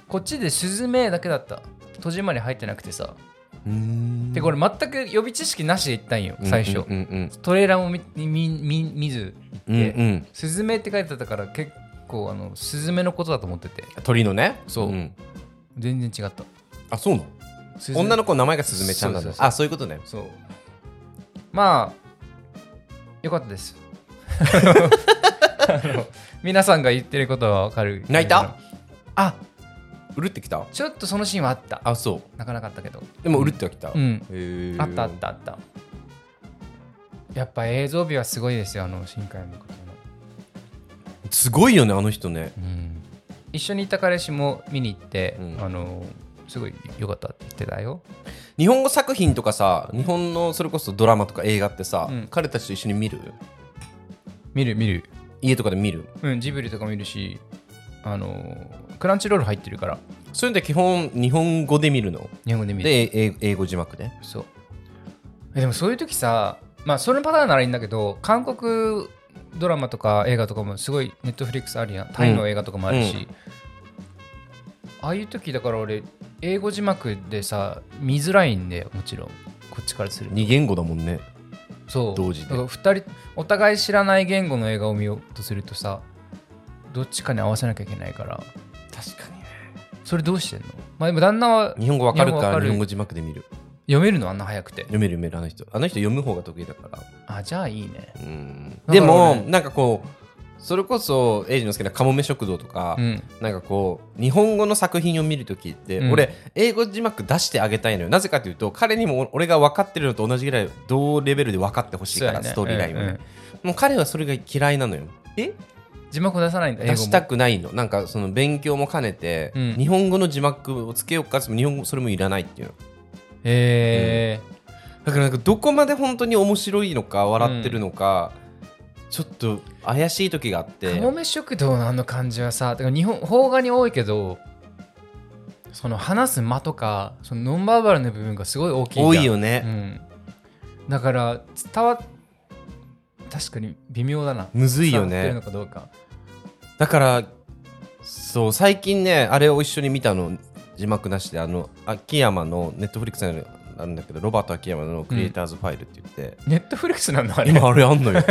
[SPEAKER 2] こっちで「すずめ」だけだった戸締まり入ってなくてさでこれ全く予備知識なしで行ったんよ最
[SPEAKER 1] う
[SPEAKER 2] 初、
[SPEAKER 1] んうん
[SPEAKER 2] トレーラーも見見見見ず
[SPEAKER 1] うん。うん
[SPEAKER 2] 行って
[SPEAKER 1] うん
[SPEAKER 2] 「すずめ」って書いてあったから結構あのすずめのことだと思ってて
[SPEAKER 1] 鳥のね。
[SPEAKER 2] そうん全然違った
[SPEAKER 1] あ、そうなの
[SPEAKER 2] スズメ
[SPEAKER 1] 女の子の名前がすずめちゃんなん
[SPEAKER 2] そう
[SPEAKER 1] だ
[SPEAKER 2] そう。そう
[SPEAKER 1] あ、そういうことね。
[SPEAKER 2] そうまあよかったです
[SPEAKER 1] <laughs>
[SPEAKER 2] あの皆さんが言ってることはわかる
[SPEAKER 1] 泣いた
[SPEAKER 2] あ
[SPEAKER 1] うるってきた
[SPEAKER 2] ちょっとそのシーンはあった
[SPEAKER 1] あ、そ
[SPEAKER 2] 泣かなかったけど
[SPEAKER 1] う。でもうるってはきた。
[SPEAKER 2] う
[SPEAKER 1] へ
[SPEAKER 2] ん
[SPEAKER 1] ー
[SPEAKER 2] あったあっ。たあったやっぱ映像美はすごいですよあの新海誠の、
[SPEAKER 1] すごいよね、あの人ね。
[SPEAKER 2] うん、一緒にいた彼氏も見に行って、
[SPEAKER 1] うん
[SPEAKER 2] あのすごい良かったって言ってたよ
[SPEAKER 1] 日本語作品とかさ、日本のそれこそドラマとか映画ってさ
[SPEAKER 2] うん、
[SPEAKER 1] 彼たちと一緒に見る
[SPEAKER 2] 見る見る
[SPEAKER 1] 家とかで見る
[SPEAKER 2] うんジブリとか見るしあのクランチロール入ってるから
[SPEAKER 1] そういうのって基本日本語で見るの。
[SPEAKER 2] 日本語で見る
[SPEAKER 1] で、え英語字幕で。
[SPEAKER 2] そうえでもそういう時さまあそのパターンならいいんだけど韓国ドラマとか映画とかもすごいネットフリックスあるやんタイの映画とかもあるし、
[SPEAKER 1] うん
[SPEAKER 2] ああいう時だから俺英語字幕でさ見づらいんでもちろんこっちからすると
[SPEAKER 1] 二言語だもんね。
[SPEAKER 2] そう
[SPEAKER 1] 同時で
[SPEAKER 2] だから二人お互い知らない言語の映画を見ようとするとさどっちかに合わせなきゃいけないから
[SPEAKER 1] 確かにね。
[SPEAKER 2] それどうしてんのまあでも旦那は
[SPEAKER 1] 日本語わかる
[SPEAKER 2] 日本語わ
[SPEAKER 1] か
[SPEAKER 2] からる
[SPEAKER 1] 日本語字幕で見る。
[SPEAKER 2] 読めるのあんな早くて
[SPEAKER 1] 読める読めるあの人。あの人読む方が得意だから。
[SPEAKER 2] あじゃあいいね
[SPEAKER 1] うん
[SPEAKER 2] だからね
[SPEAKER 1] でも、なんかこうそれこそエイジの好きな「カモメ食堂」とか、
[SPEAKER 2] うん
[SPEAKER 1] なんかこう日本語の作品を見るときって、
[SPEAKER 2] うん
[SPEAKER 1] 俺英語字幕出してあげたいのよなぜかというと彼にも俺が分かってるのと同じぐらい同レベルで分かってほしいから、ストーリーラインをね、
[SPEAKER 2] うんうん
[SPEAKER 1] もう彼はそれが嫌いなのよ
[SPEAKER 2] 字幕を出さないんだ英語
[SPEAKER 1] 出
[SPEAKER 2] も
[SPEAKER 1] したくないのなんかその勉強も兼ねて、
[SPEAKER 2] うん
[SPEAKER 1] 日本語の字幕をつけようかつって日本語それもいらないっていうの
[SPEAKER 2] へえ
[SPEAKER 1] だからなんかどこまで本当に面白いのか笑ってるのか、ちょっと怪しい時があって
[SPEAKER 2] かもめ食堂のあの感じはさてか日本邦画に多いけどその話す間とかそのノンバーバルの部分がすごい大きいじゃん
[SPEAKER 1] 多いよね、
[SPEAKER 2] うん、だから伝わ確かに微妙だな
[SPEAKER 1] むずいよ
[SPEAKER 2] 伝わってるの
[SPEAKER 1] ね
[SPEAKER 2] かどうか
[SPEAKER 1] だからそう最近ねあれを一緒に見たの字幕なしであの秋山のネットフリックスにあるんだけどロバート秋山のクリエイターズファイルって言って、
[SPEAKER 2] ネットフリックスなんだあれ
[SPEAKER 1] 今あれあ <laughs> んのよ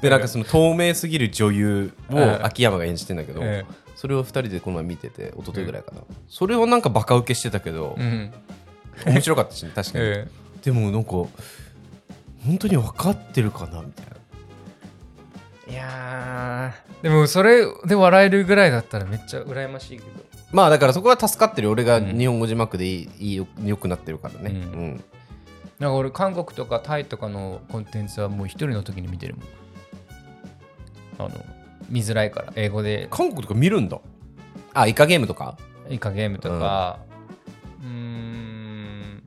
[SPEAKER 1] でなんかその透明すぎる女優
[SPEAKER 2] うん
[SPEAKER 1] を秋山が演じてんだけど、
[SPEAKER 2] え
[SPEAKER 1] それを2人でこの前見てて一昨日ぐらいかな、それをなんかバカ受けしてたけど
[SPEAKER 2] え、うん
[SPEAKER 1] 面白かったし、ね、確かに、
[SPEAKER 2] え
[SPEAKER 1] でもなんか本当に分かってるかなみたいな
[SPEAKER 2] えいやーでもそれで笑えるぐらいだったらめっちゃ羨ましいけど
[SPEAKER 1] まあだからそこは助かってる俺が
[SPEAKER 2] うん
[SPEAKER 1] 日本語字幕でいい,、いいよよくなってるからね、
[SPEAKER 2] うん
[SPEAKER 1] うん
[SPEAKER 2] なんか俺韓国とかタイとかのコンテンツはもう一人の時に見てるもんあの見づらいから英語で
[SPEAKER 1] 韓国とか見るんだあイカゲームとか
[SPEAKER 2] イカゲームとかうーん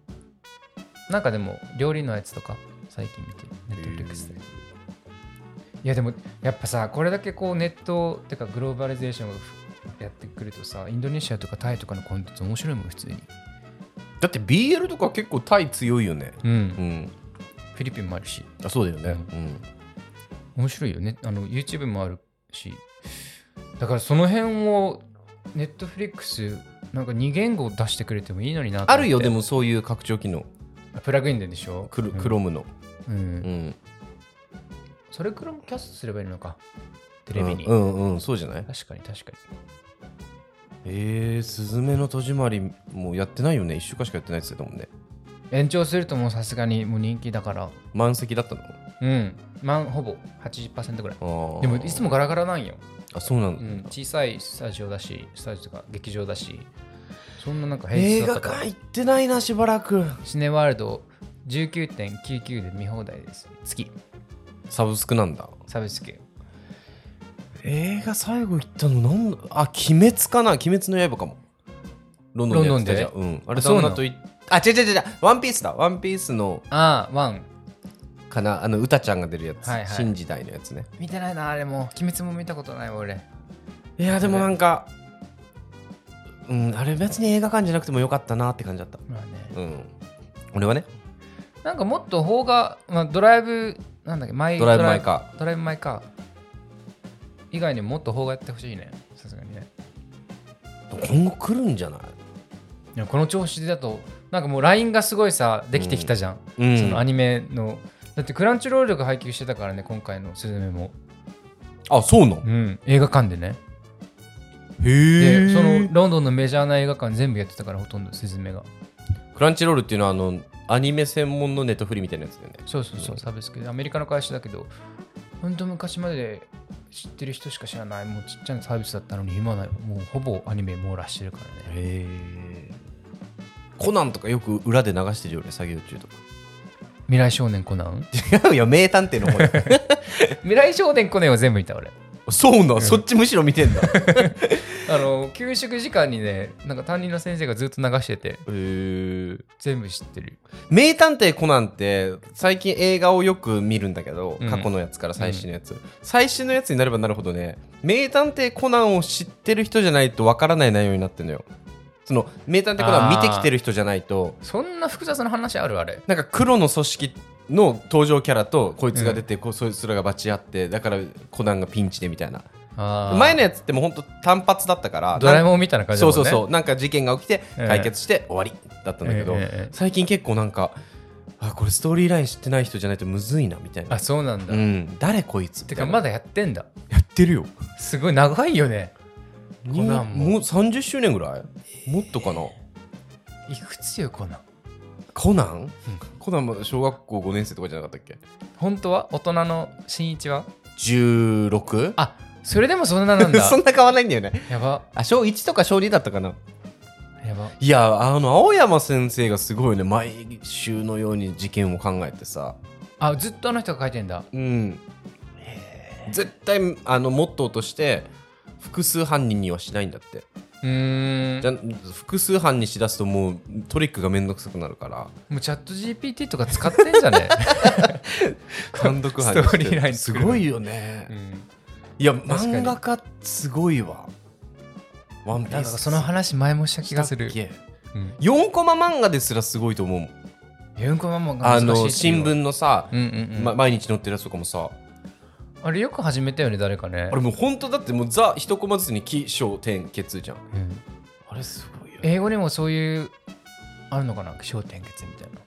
[SPEAKER 2] なんかでも料理のやつとか最近見てるネットフリックスでいやでもやっぱさこれだけこうネットってかグローバリゼーションがやってくるとさインドネシアとかタイとかのコンテンツ面白いもん普通に
[SPEAKER 1] だって BL とか結構タイ強いよね
[SPEAKER 2] うん、
[SPEAKER 1] うん
[SPEAKER 2] フィリピンもあるし
[SPEAKER 1] あそうだよね、うん
[SPEAKER 2] 面白いよねあの YouTube もあるしだからその辺を Netflix なんか2言語出してくれてもいいのになと思って
[SPEAKER 1] あるよでもそういう拡張機能
[SPEAKER 2] プラグインででしょ
[SPEAKER 1] クロ,、
[SPEAKER 2] うん
[SPEAKER 1] クロムの、
[SPEAKER 2] うん
[SPEAKER 1] うん、
[SPEAKER 2] それクロムキャストすればいいのかテレビに、
[SPEAKER 1] うんうんうんそうじゃない
[SPEAKER 2] 確かに確かに
[SPEAKER 1] えー、スズメの戸締まりもうやってないよね1週間しかやってないって言ってたもんね
[SPEAKER 2] 延長するともうさすがにもう人気だから
[SPEAKER 1] 満席だったの
[SPEAKER 2] うんまんほぼ80%ぐらい
[SPEAKER 1] あー
[SPEAKER 2] でもいつもガラガラなんよ、
[SPEAKER 1] あそうな
[SPEAKER 2] うん
[SPEAKER 1] だ、
[SPEAKER 2] ん、小さいスタジオだしスタジオとか劇場だしそんななんか平
[SPEAKER 1] 映
[SPEAKER 2] 日だっ
[SPEAKER 1] 画
[SPEAKER 2] たから
[SPEAKER 1] 館行ってないなしばらく
[SPEAKER 2] シネワールド19.99で見放題です月
[SPEAKER 1] サブスクなんだ
[SPEAKER 2] サブスク
[SPEAKER 1] 映画最後行ったのなんだあ鬼滅かな鬼滅の刃かもロンドンでやってたじゃん
[SPEAKER 2] ロ
[SPEAKER 1] うん、あれ
[SPEAKER 2] あそう
[SPEAKER 1] 旦
[SPEAKER 2] なの
[SPEAKER 1] 那といあ違う違う違うワンピースだワンピースの
[SPEAKER 2] ああワン
[SPEAKER 1] かなあの歌ちゃんが出るやつ、
[SPEAKER 2] はいはい
[SPEAKER 1] 新時代のやつね
[SPEAKER 2] 見てないなあれも鬼滅も見たことないわ俺
[SPEAKER 1] いやでもなんかうんあれ別に映画館じゃなくてもよかったなって感じだった
[SPEAKER 2] まあね
[SPEAKER 1] うん俺はね
[SPEAKER 2] なんかもっと邦画、まあ、ドライブなんだっけマイ
[SPEAKER 1] ドライブ・マイ・カ
[SPEAKER 2] ドライブ・マイ・カー以外にもっと邦画やってほしいねさすがにね
[SPEAKER 1] ー今後来るんじゃない
[SPEAKER 2] いやこの調子だとなんかもう LINE がすごいさできてきたじゃん、
[SPEAKER 1] うん
[SPEAKER 2] そのアニメのだってクランチロールが配給してたからね今回の「スズメも」
[SPEAKER 1] あそうなん
[SPEAKER 2] うん、映画館でね
[SPEAKER 1] へ
[SPEAKER 2] で
[SPEAKER 1] え
[SPEAKER 2] そのロンドンのメジャーな映画館全部やってたからほとんどスズメが
[SPEAKER 1] クランチロールっていうのはあのアニメ専門のネットフリみたいなやつだよね
[SPEAKER 2] そうそうそうサブスクでアメリカの会社だけどほんと昔まで知ってる人しか知らないもうちっちゃなサービスだったのに今はないもうほぼアニメ網羅してるからね
[SPEAKER 1] へえコナンとかよく裏で流してるよね作業中と
[SPEAKER 2] 未来少年コナン
[SPEAKER 1] か <laughs> いや名探偵の方や
[SPEAKER 2] 未来少年コナンは全部見た俺
[SPEAKER 1] <laughs> そうなんそっちむしろ見てんだ <laughs> へ
[SPEAKER 2] あの給食時間にねなんか担任の先生がずっと流してて
[SPEAKER 1] え
[SPEAKER 2] 全部知ってる
[SPEAKER 1] 名探偵コナンって最近映画をよく見るんだけど、
[SPEAKER 2] うん
[SPEAKER 1] 過去のやつから最新のやつ、最新のやつになればなるほどね名探偵コナンを知ってる人じゃないとわからない内容になってるのよその名探偵コナン見てきてる人じゃないと
[SPEAKER 2] そんな複雑な話あるあれ
[SPEAKER 1] なんか黒の組織の登場キャラとこいつが出て、こうそいつらがバチ合ってだからコナンがピンチでみたいな
[SPEAKER 2] あー
[SPEAKER 1] 前のやつってもうほんと単発だったから
[SPEAKER 2] ドラえ
[SPEAKER 1] ん
[SPEAKER 2] もんみたいな感じだ
[SPEAKER 1] そ
[SPEAKER 2] も
[SPEAKER 1] うんそ
[SPEAKER 2] ね
[SPEAKER 1] うそうなんか事件が起きて
[SPEAKER 2] ええ
[SPEAKER 1] 解決して終わりだったんだけど、
[SPEAKER 2] ええええ
[SPEAKER 1] 最近結構なんかあこれストーリーライン知ってない人じゃないとむずいなみたいな
[SPEAKER 2] あそうなんだ、
[SPEAKER 1] うん誰こいつ
[SPEAKER 2] てかま
[SPEAKER 1] だ
[SPEAKER 2] だやってんだ
[SPEAKER 1] やってるよ
[SPEAKER 2] すごい長いよね
[SPEAKER 1] も
[SPEAKER 2] コナンも
[SPEAKER 1] う30周年ぐらいもっとかない
[SPEAKER 2] くつよコナン
[SPEAKER 1] コナン、コナンも小学校5年生とかじゃなかったっけ
[SPEAKER 2] 本当は大人の新一は
[SPEAKER 1] 16?
[SPEAKER 2] あそれでもそんななん
[SPEAKER 1] <laughs>
[SPEAKER 2] だ
[SPEAKER 1] そんな変わらないんだよね
[SPEAKER 2] やば
[SPEAKER 1] あ小1とか小2だったかな
[SPEAKER 2] やば
[SPEAKER 1] いやあの青山先生がすごいね毎週のように事件を考えてさ
[SPEAKER 2] あずっとあの人が書いてんだ
[SPEAKER 1] うん絶対あのモットーとして複数犯人にはしないんだって
[SPEAKER 2] うーん
[SPEAKER 1] じゃ複数犯にしだすともうトリックがめんどくさくなるから
[SPEAKER 2] もうチャット GPT とか使ってんじ
[SPEAKER 1] <laughs>
[SPEAKER 2] ゃね
[SPEAKER 1] 単独犯
[SPEAKER 2] <laughs> スト
[SPEAKER 1] に
[SPEAKER 2] ーリーライン
[SPEAKER 1] す
[SPEAKER 2] 作る
[SPEAKER 1] ごいよね、
[SPEAKER 2] うん
[SPEAKER 1] いや
[SPEAKER 2] 確かに
[SPEAKER 1] 漫画家すごいわワンピ
[SPEAKER 2] <laughs> な
[SPEAKER 1] ー
[SPEAKER 2] ん
[SPEAKER 1] ス
[SPEAKER 2] かその話前もした気がする
[SPEAKER 1] したっ
[SPEAKER 2] うん
[SPEAKER 1] け4コマ漫画ですらすごいと思うもん
[SPEAKER 2] 4コマ漫画
[SPEAKER 1] あ
[SPEAKER 2] 難しい
[SPEAKER 1] の
[SPEAKER 2] っていう
[SPEAKER 1] 新聞のさ、
[SPEAKER 2] うんうんうん、
[SPEAKER 1] ま、毎日載ってるやつとかもさ
[SPEAKER 2] あれよく始めたよね誰かね
[SPEAKER 1] あれもう本当だってもうザ一コマずつに起承転結じゃん
[SPEAKER 2] うん
[SPEAKER 1] あれすごいよね
[SPEAKER 2] 英語にもそういうあるのかな気象点結みたいな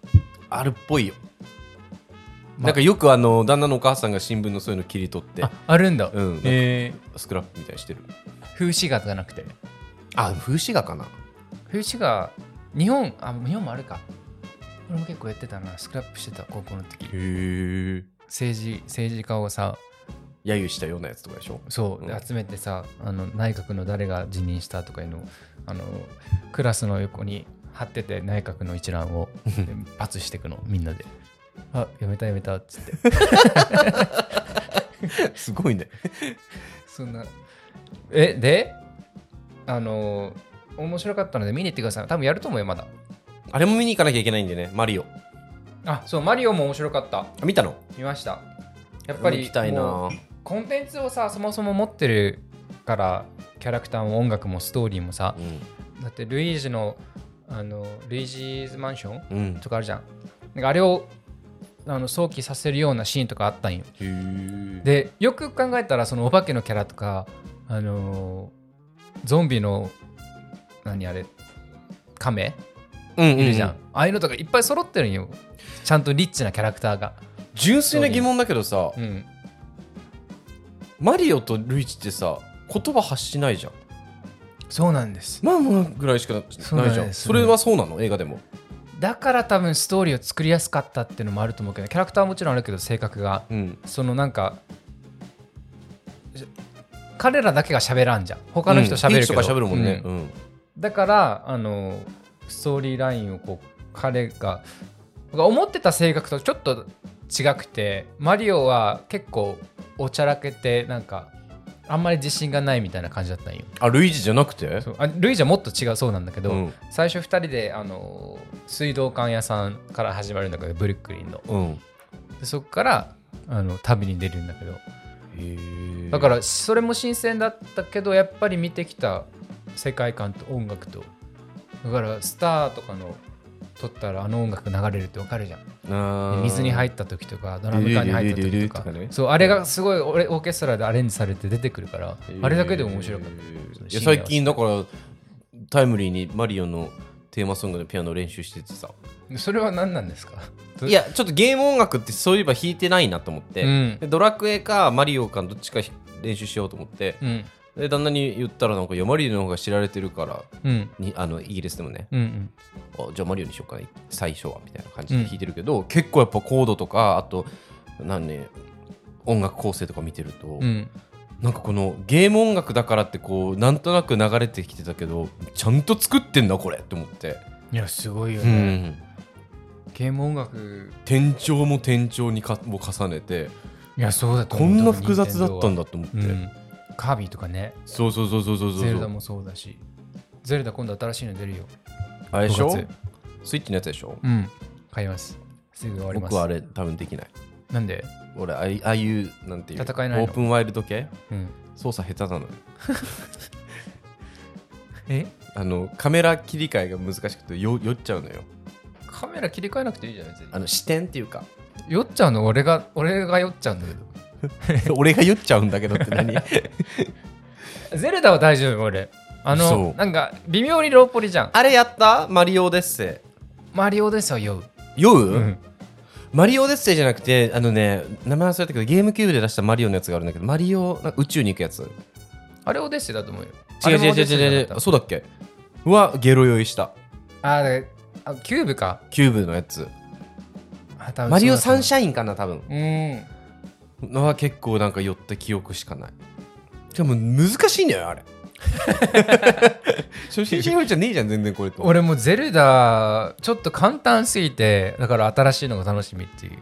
[SPEAKER 1] あるっぽいよ、
[SPEAKER 2] ま
[SPEAKER 1] なんかよくあの旦那のお母さんが新聞のそういうの切り取って
[SPEAKER 2] ああるんだ、
[SPEAKER 1] うん
[SPEAKER 2] え
[SPEAKER 1] スクラップみたいにしてる
[SPEAKER 2] ー風刺画じゃなくて
[SPEAKER 1] あ風刺画かな
[SPEAKER 2] 風刺画日本あ日本もあるか俺も結構やってたなスクラップしてた高校の時
[SPEAKER 1] へえ
[SPEAKER 2] 政治政治家をさ
[SPEAKER 1] 揶揄したようなやつとかでし
[SPEAKER 2] <laughs>
[SPEAKER 1] ょ
[SPEAKER 2] そう、
[SPEAKER 1] うん
[SPEAKER 2] 集めてさあの内閣の誰が辞任したとかいうのをあのクラスの横に貼ってて内閣の一覧を <laughs> でパスしていくのみんなで。あやめたやめたっつって
[SPEAKER 1] すごいね
[SPEAKER 2] <laughs> そんなえであの面白かったので見に行ってください多分やると思うよまだ
[SPEAKER 1] あれも見に行かなきゃいけないんでねマリオ
[SPEAKER 2] あそうマリオも面白かった
[SPEAKER 1] あ見たの
[SPEAKER 2] 見ましたやっぱり
[SPEAKER 1] 行きたい
[SPEAKER 2] も
[SPEAKER 1] な
[SPEAKER 2] うコンテンツをさそもそも持ってるからキャラクターも音楽もストーリーもさ
[SPEAKER 1] う
[SPEAKER 2] だってルイージのあのルイージーズマンション
[SPEAKER 1] んうん
[SPEAKER 2] とかあるじゃんなんかあれをあの想起させるようなシーンとかあったんよ
[SPEAKER 1] へえ
[SPEAKER 2] でよく考えたらそのお化けのキャラとかあのーゾンビの何あれカメ
[SPEAKER 1] うんうん
[SPEAKER 2] いるじゃん、ああいうのとかいっぱい揃ってるんよちゃんとリッチなキャラクターが
[SPEAKER 1] 純粋な疑問だけどさ
[SPEAKER 2] うん
[SPEAKER 1] マリオとルイージってさ言葉発しないじゃん
[SPEAKER 2] そうなんです
[SPEAKER 1] まあまあぐらいしかな
[SPEAKER 2] そう
[SPEAKER 1] ない
[SPEAKER 2] なん
[SPEAKER 1] じゃ
[SPEAKER 2] で
[SPEAKER 1] ん
[SPEAKER 2] す
[SPEAKER 1] それはそうなの映画でも
[SPEAKER 2] だから多分ストーリーを作りやすかったっていうのもあると思うけどキャラクターはもちろんあるけど性格が
[SPEAKER 1] うん
[SPEAKER 2] そのなんか彼らだけが喋らんじゃん他の人喋るけど、
[SPEAKER 1] ピーチとか喋るもんね
[SPEAKER 2] う
[SPEAKER 1] うん
[SPEAKER 2] だからあのストーリーラインをこう彼が僕が思ってた性格とちょっと違くてマリオは結構おちゃらけてなんかあんまり自信がないみたいな感じだったんよ
[SPEAKER 1] あルイージじゃなくて
[SPEAKER 2] そうあルイージはもっと違うそうなんだけど、
[SPEAKER 1] ん
[SPEAKER 2] 最初2人であの水道管屋さんから始まるんだけどブルックリンの
[SPEAKER 1] うん
[SPEAKER 2] でそこからあの旅に出るんだけど
[SPEAKER 1] へ
[SPEAKER 2] だかららそれも新鮮だったけどやっぱり見てきた世界観と音楽とだからスターとかの撮ったらあの音楽流れるってわかるじゃんで水に入った時とかドラム缶に入った時とか
[SPEAKER 1] ルルルルルルとかね
[SPEAKER 2] そうあれがすごい俺オーケストラでアレンジされて出てくるからあれだけでも面白かった
[SPEAKER 1] たいや最近だからタイムリーにマリオのテーマソングのピアノ練習しててさ
[SPEAKER 2] それは何なんですか
[SPEAKER 1] いやちょっとゲーム音楽ってそういえば弾いてないなと思って、
[SPEAKER 2] うん
[SPEAKER 1] でドラクエかマリオかどっちか練習しようと思って、
[SPEAKER 2] うん
[SPEAKER 1] で旦那に言ったらなんかいやマリオの方が知られてるから
[SPEAKER 2] うん
[SPEAKER 1] にあのイギリスでもね
[SPEAKER 2] うんうん
[SPEAKER 1] あじゃあマリオにしようかな最初はみたいな感じで弾いてるけど、結構やっぱコードとかあと何ね音楽構成とか見てると、
[SPEAKER 2] うん
[SPEAKER 1] なんかこのゲーム音楽だからってこうなんとなく流れてきてたけどちゃんと作ってんなこれって思って、
[SPEAKER 2] いやすごいよ
[SPEAKER 1] う
[SPEAKER 2] ね、
[SPEAKER 1] ん、
[SPEAKER 2] ゲーム音楽
[SPEAKER 1] 転調も転調にかも重ねて
[SPEAKER 2] いやそうだと
[SPEAKER 1] こ
[SPEAKER 2] 思うん
[SPEAKER 1] な複雑だったん
[SPEAKER 2] だ
[SPEAKER 1] だと思って、
[SPEAKER 2] うん、カービィとかね
[SPEAKER 1] そうそうそうそうそうそう
[SPEAKER 2] ゼルダもそうだしゼルダ今度新しいの出るよ
[SPEAKER 1] あれでしょ
[SPEAKER 2] 5月
[SPEAKER 1] スイッチのやつでしょ
[SPEAKER 2] うん買いますすぐ終わります
[SPEAKER 1] 僕はあれ多分できない
[SPEAKER 2] なんで
[SPEAKER 1] 俺あいああいうなんていう
[SPEAKER 2] 戦えないの
[SPEAKER 1] オープンワイルド系
[SPEAKER 2] うん
[SPEAKER 1] 操作下手なのよ
[SPEAKER 2] え
[SPEAKER 1] あのカメラ切り替えが難しくてよ酔っちゃうのよ
[SPEAKER 2] カメラ切り替えなくていいじゃない
[SPEAKER 1] あの視点っていう <laughs> か
[SPEAKER 2] 酔っちゃうの俺が俺が酔っちゃうんだけど
[SPEAKER 1] 俺が酔っちゃうんだけどって <laughs> 何
[SPEAKER 2] ゼルダは大丈夫俺あ
[SPEAKER 1] そ
[SPEAKER 2] の
[SPEAKER 1] う
[SPEAKER 2] なんか微妙にローポリじゃん
[SPEAKER 1] あれやったマリオオデッセ
[SPEAKER 2] マリオですよ酔う、
[SPEAKER 1] イ酔う、
[SPEAKER 2] うん、
[SPEAKER 1] マリオオデッセイじゃなくてあのね名前忘れたけどゲームキューブで出したマリオのやつがあるんだけどマリオなんか宇宙に行くやつ
[SPEAKER 2] あれオデッセイだと思うよ
[SPEAKER 1] 違う違う違う違う違うそうだっけはゲロ酔いした
[SPEAKER 2] あれあキューブか
[SPEAKER 1] キューブのやつ
[SPEAKER 2] あ多分
[SPEAKER 1] マリオ
[SPEAKER 2] そう
[SPEAKER 1] サ
[SPEAKER 2] だ
[SPEAKER 1] ンシャインかな多分
[SPEAKER 2] と思ううん
[SPEAKER 1] のは結構なんか寄った記憶しかないでも難しいんだ
[SPEAKER 2] <laughs>
[SPEAKER 1] よあれ初心者用じゃねえじゃん全然これと
[SPEAKER 2] 俺もうゼルダちょっと簡単すぎてだから新しいのが楽しみっていう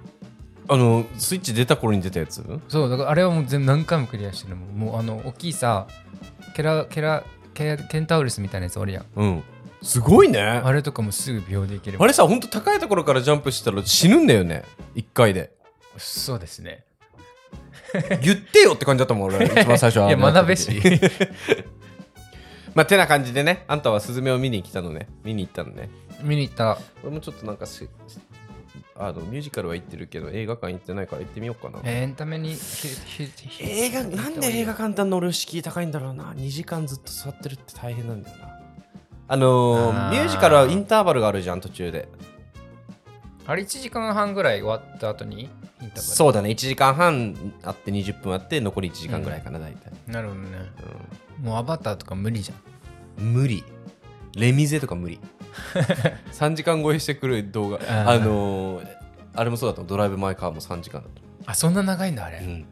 [SPEAKER 1] あのスイッチ出た頃に出たやつ
[SPEAKER 2] そうだからあれはもう全何回もクリアしてるもんもうあの大きいさケラケラケケンタウルスみたいなやつおるやん
[SPEAKER 1] うんすごいね
[SPEAKER 2] あ
[SPEAKER 1] あ
[SPEAKER 2] れとかもすぐ秒でいける
[SPEAKER 1] れさほんと高いところからジャンプしたら死ぬんだよね1回で
[SPEAKER 2] そうですね
[SPEAKER 1] 言ってよって感じだったもん俺
[SPEAKER 2] <laughs>
[SPEAKER 1] 一番最初
[SPEAKER 2] い
[SPEAKER 1] は
[SPEAKER 2] や学べし
[SPEAKER 1] <laughs> まあてな感じでねあんたはスズメを見に来たのね見に行ったのね
[SPEAKER 2] 見に行った
[SPEAKER 1] 俺もちょっとなんかしあのミュージカルは行ってるけど映画館行ってないから行ってみようかな
[SPEAKER 2] えーエンタメにひひひ
[SPEAKER 1] 映画なんで映画館の俺敷居高いんだろうな2時間ずっと座ってるって大変なんだよなあのー
[SPEAKER 2] あー
[SPEAKER 1] ミュージカルはインターバルがあるじゃん途中で
[SPEAKER 2] あれ1時間半ぐらい終わった後にインターバル
[SPEAKER 1] そうだね1時間半あって20分あって残り1時間ぐらいかな大体、
[SPEAKER 2] なるほどね、もうアバターとか無理じゃん
[SPEAKER 1] 無理レミゼとか無
[SPEAKER 2] <laughs>
[SPEAKER 1] 理3時間超えしてくる動画
[SPEAKER 2] ー
[SPEAKER 1] あのーあれもそうだったドライブ・マイ・カーも3時間だった
[SPEAKER 2] あそんな長いんだあれ、
[SPEAKER 1] うん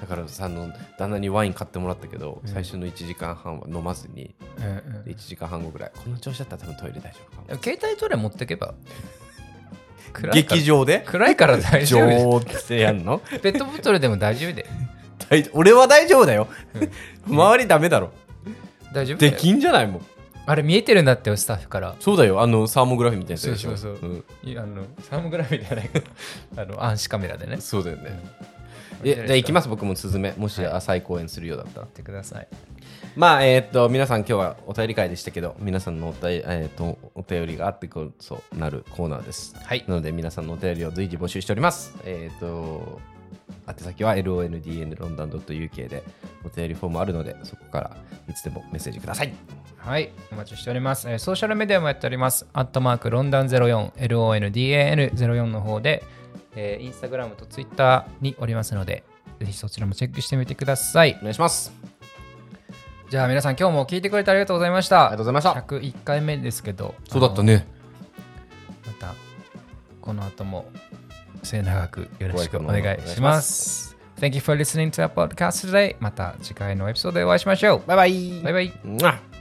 [SPEAKER 1] だからさあの旦那にワイン買ってもらったけど、
[SPEAKER 2] うん
[SPEAKER 1] 最初の1時間半は飲まずに
[SPEAKER 2] うんうん
[SPEAKER 1] 1時間半後ぐらいこの調子だったら多分トイレ大丈夫かも
[SPEAKER 2] 携帯トイレ持ってけ <laughs> ば暗いから
[SPEAKER 1] 劇場で
[SPEAKER 2] 暗いから大丈夫 <laughs> で
[SPEAKER 1] 情ってやんの
[SPEAKER 2] すペットボトルでも大丈夫で
[SPEAKER 1] 大俺は大丈夫だよ <laughs> 周りダメだろ
[SPEAKER 2] 大丈夫だ
[SPEAKER 1] で
[SPEAKER 2] よ
[SPEAKER 1] きんじゃないもん
[SPEAKER 2] あれ見えてるんだってよスタッフから
[SPEAKER 1] そうだよあのサーモグラフィーみたいなやつでしょ
[SPEAKER 2] そうそうそうんいやあのサーモグラフィーじゃないけど <laughs> あの暗視カメラでね
[SPEAKER 1] そうだよねえじゃあ行きます僕もスズメもし
[SPEAKER 2] はい
[SPEAKER 1] 浅い公演するようだったら
[SPEAKER 2] やってください
[SPEAKER 1] まあえーっと皆さん今日はお便り会でしたけど皆さんのおたえーっとお便りがあってこそなるコーナーです
[SPEAKER 2] はい
[SPEAKER 1] なので皆さんのお便りを随時募集しておりますえーっと宛先は londn ロンダン .uk でお便りフォームあるのでそこからいつでもメッセージください
[SPEAKER 2] はい、お待ちしております。えーソーシャルメディアもやっております。アットマークロンダン04、LONDAN04 の方で、えーインスタグラムとツイッターにおりますので、ぜひそちらもチェックしてみてください
[SPEAKER 1] お。願いします
[SPEAKER 2] じゃあ皆さん、今日も聞いてくれてありがとうございまし
[SPEAKER 1] ありがと。
[SPEAKER 2] た
[SPEAKER 1] うございました
[SPEAKER 2] 101回目ですけど、
[SPEAKER 1] ね
[SPEAKER 2] あの。また、この後も末永くよろしくお
[SPEAKER 1] ご愛顧のほ
[SPEAKER 2] 願
[SPEAKER 1] どお願い
[SPEAKER 2] い
[SPEAKER 1] し
[SPEAKER 2] し
[SPEAKER 1] ま
[SPEAKER 2] ます。Thank you for listening to our podcast today. また次回のエピソードでお会いしましょう。
[SPEAKER 1] バイバイ
[SPEAKER 2] バイバイ。
[SPEAKER 1] うん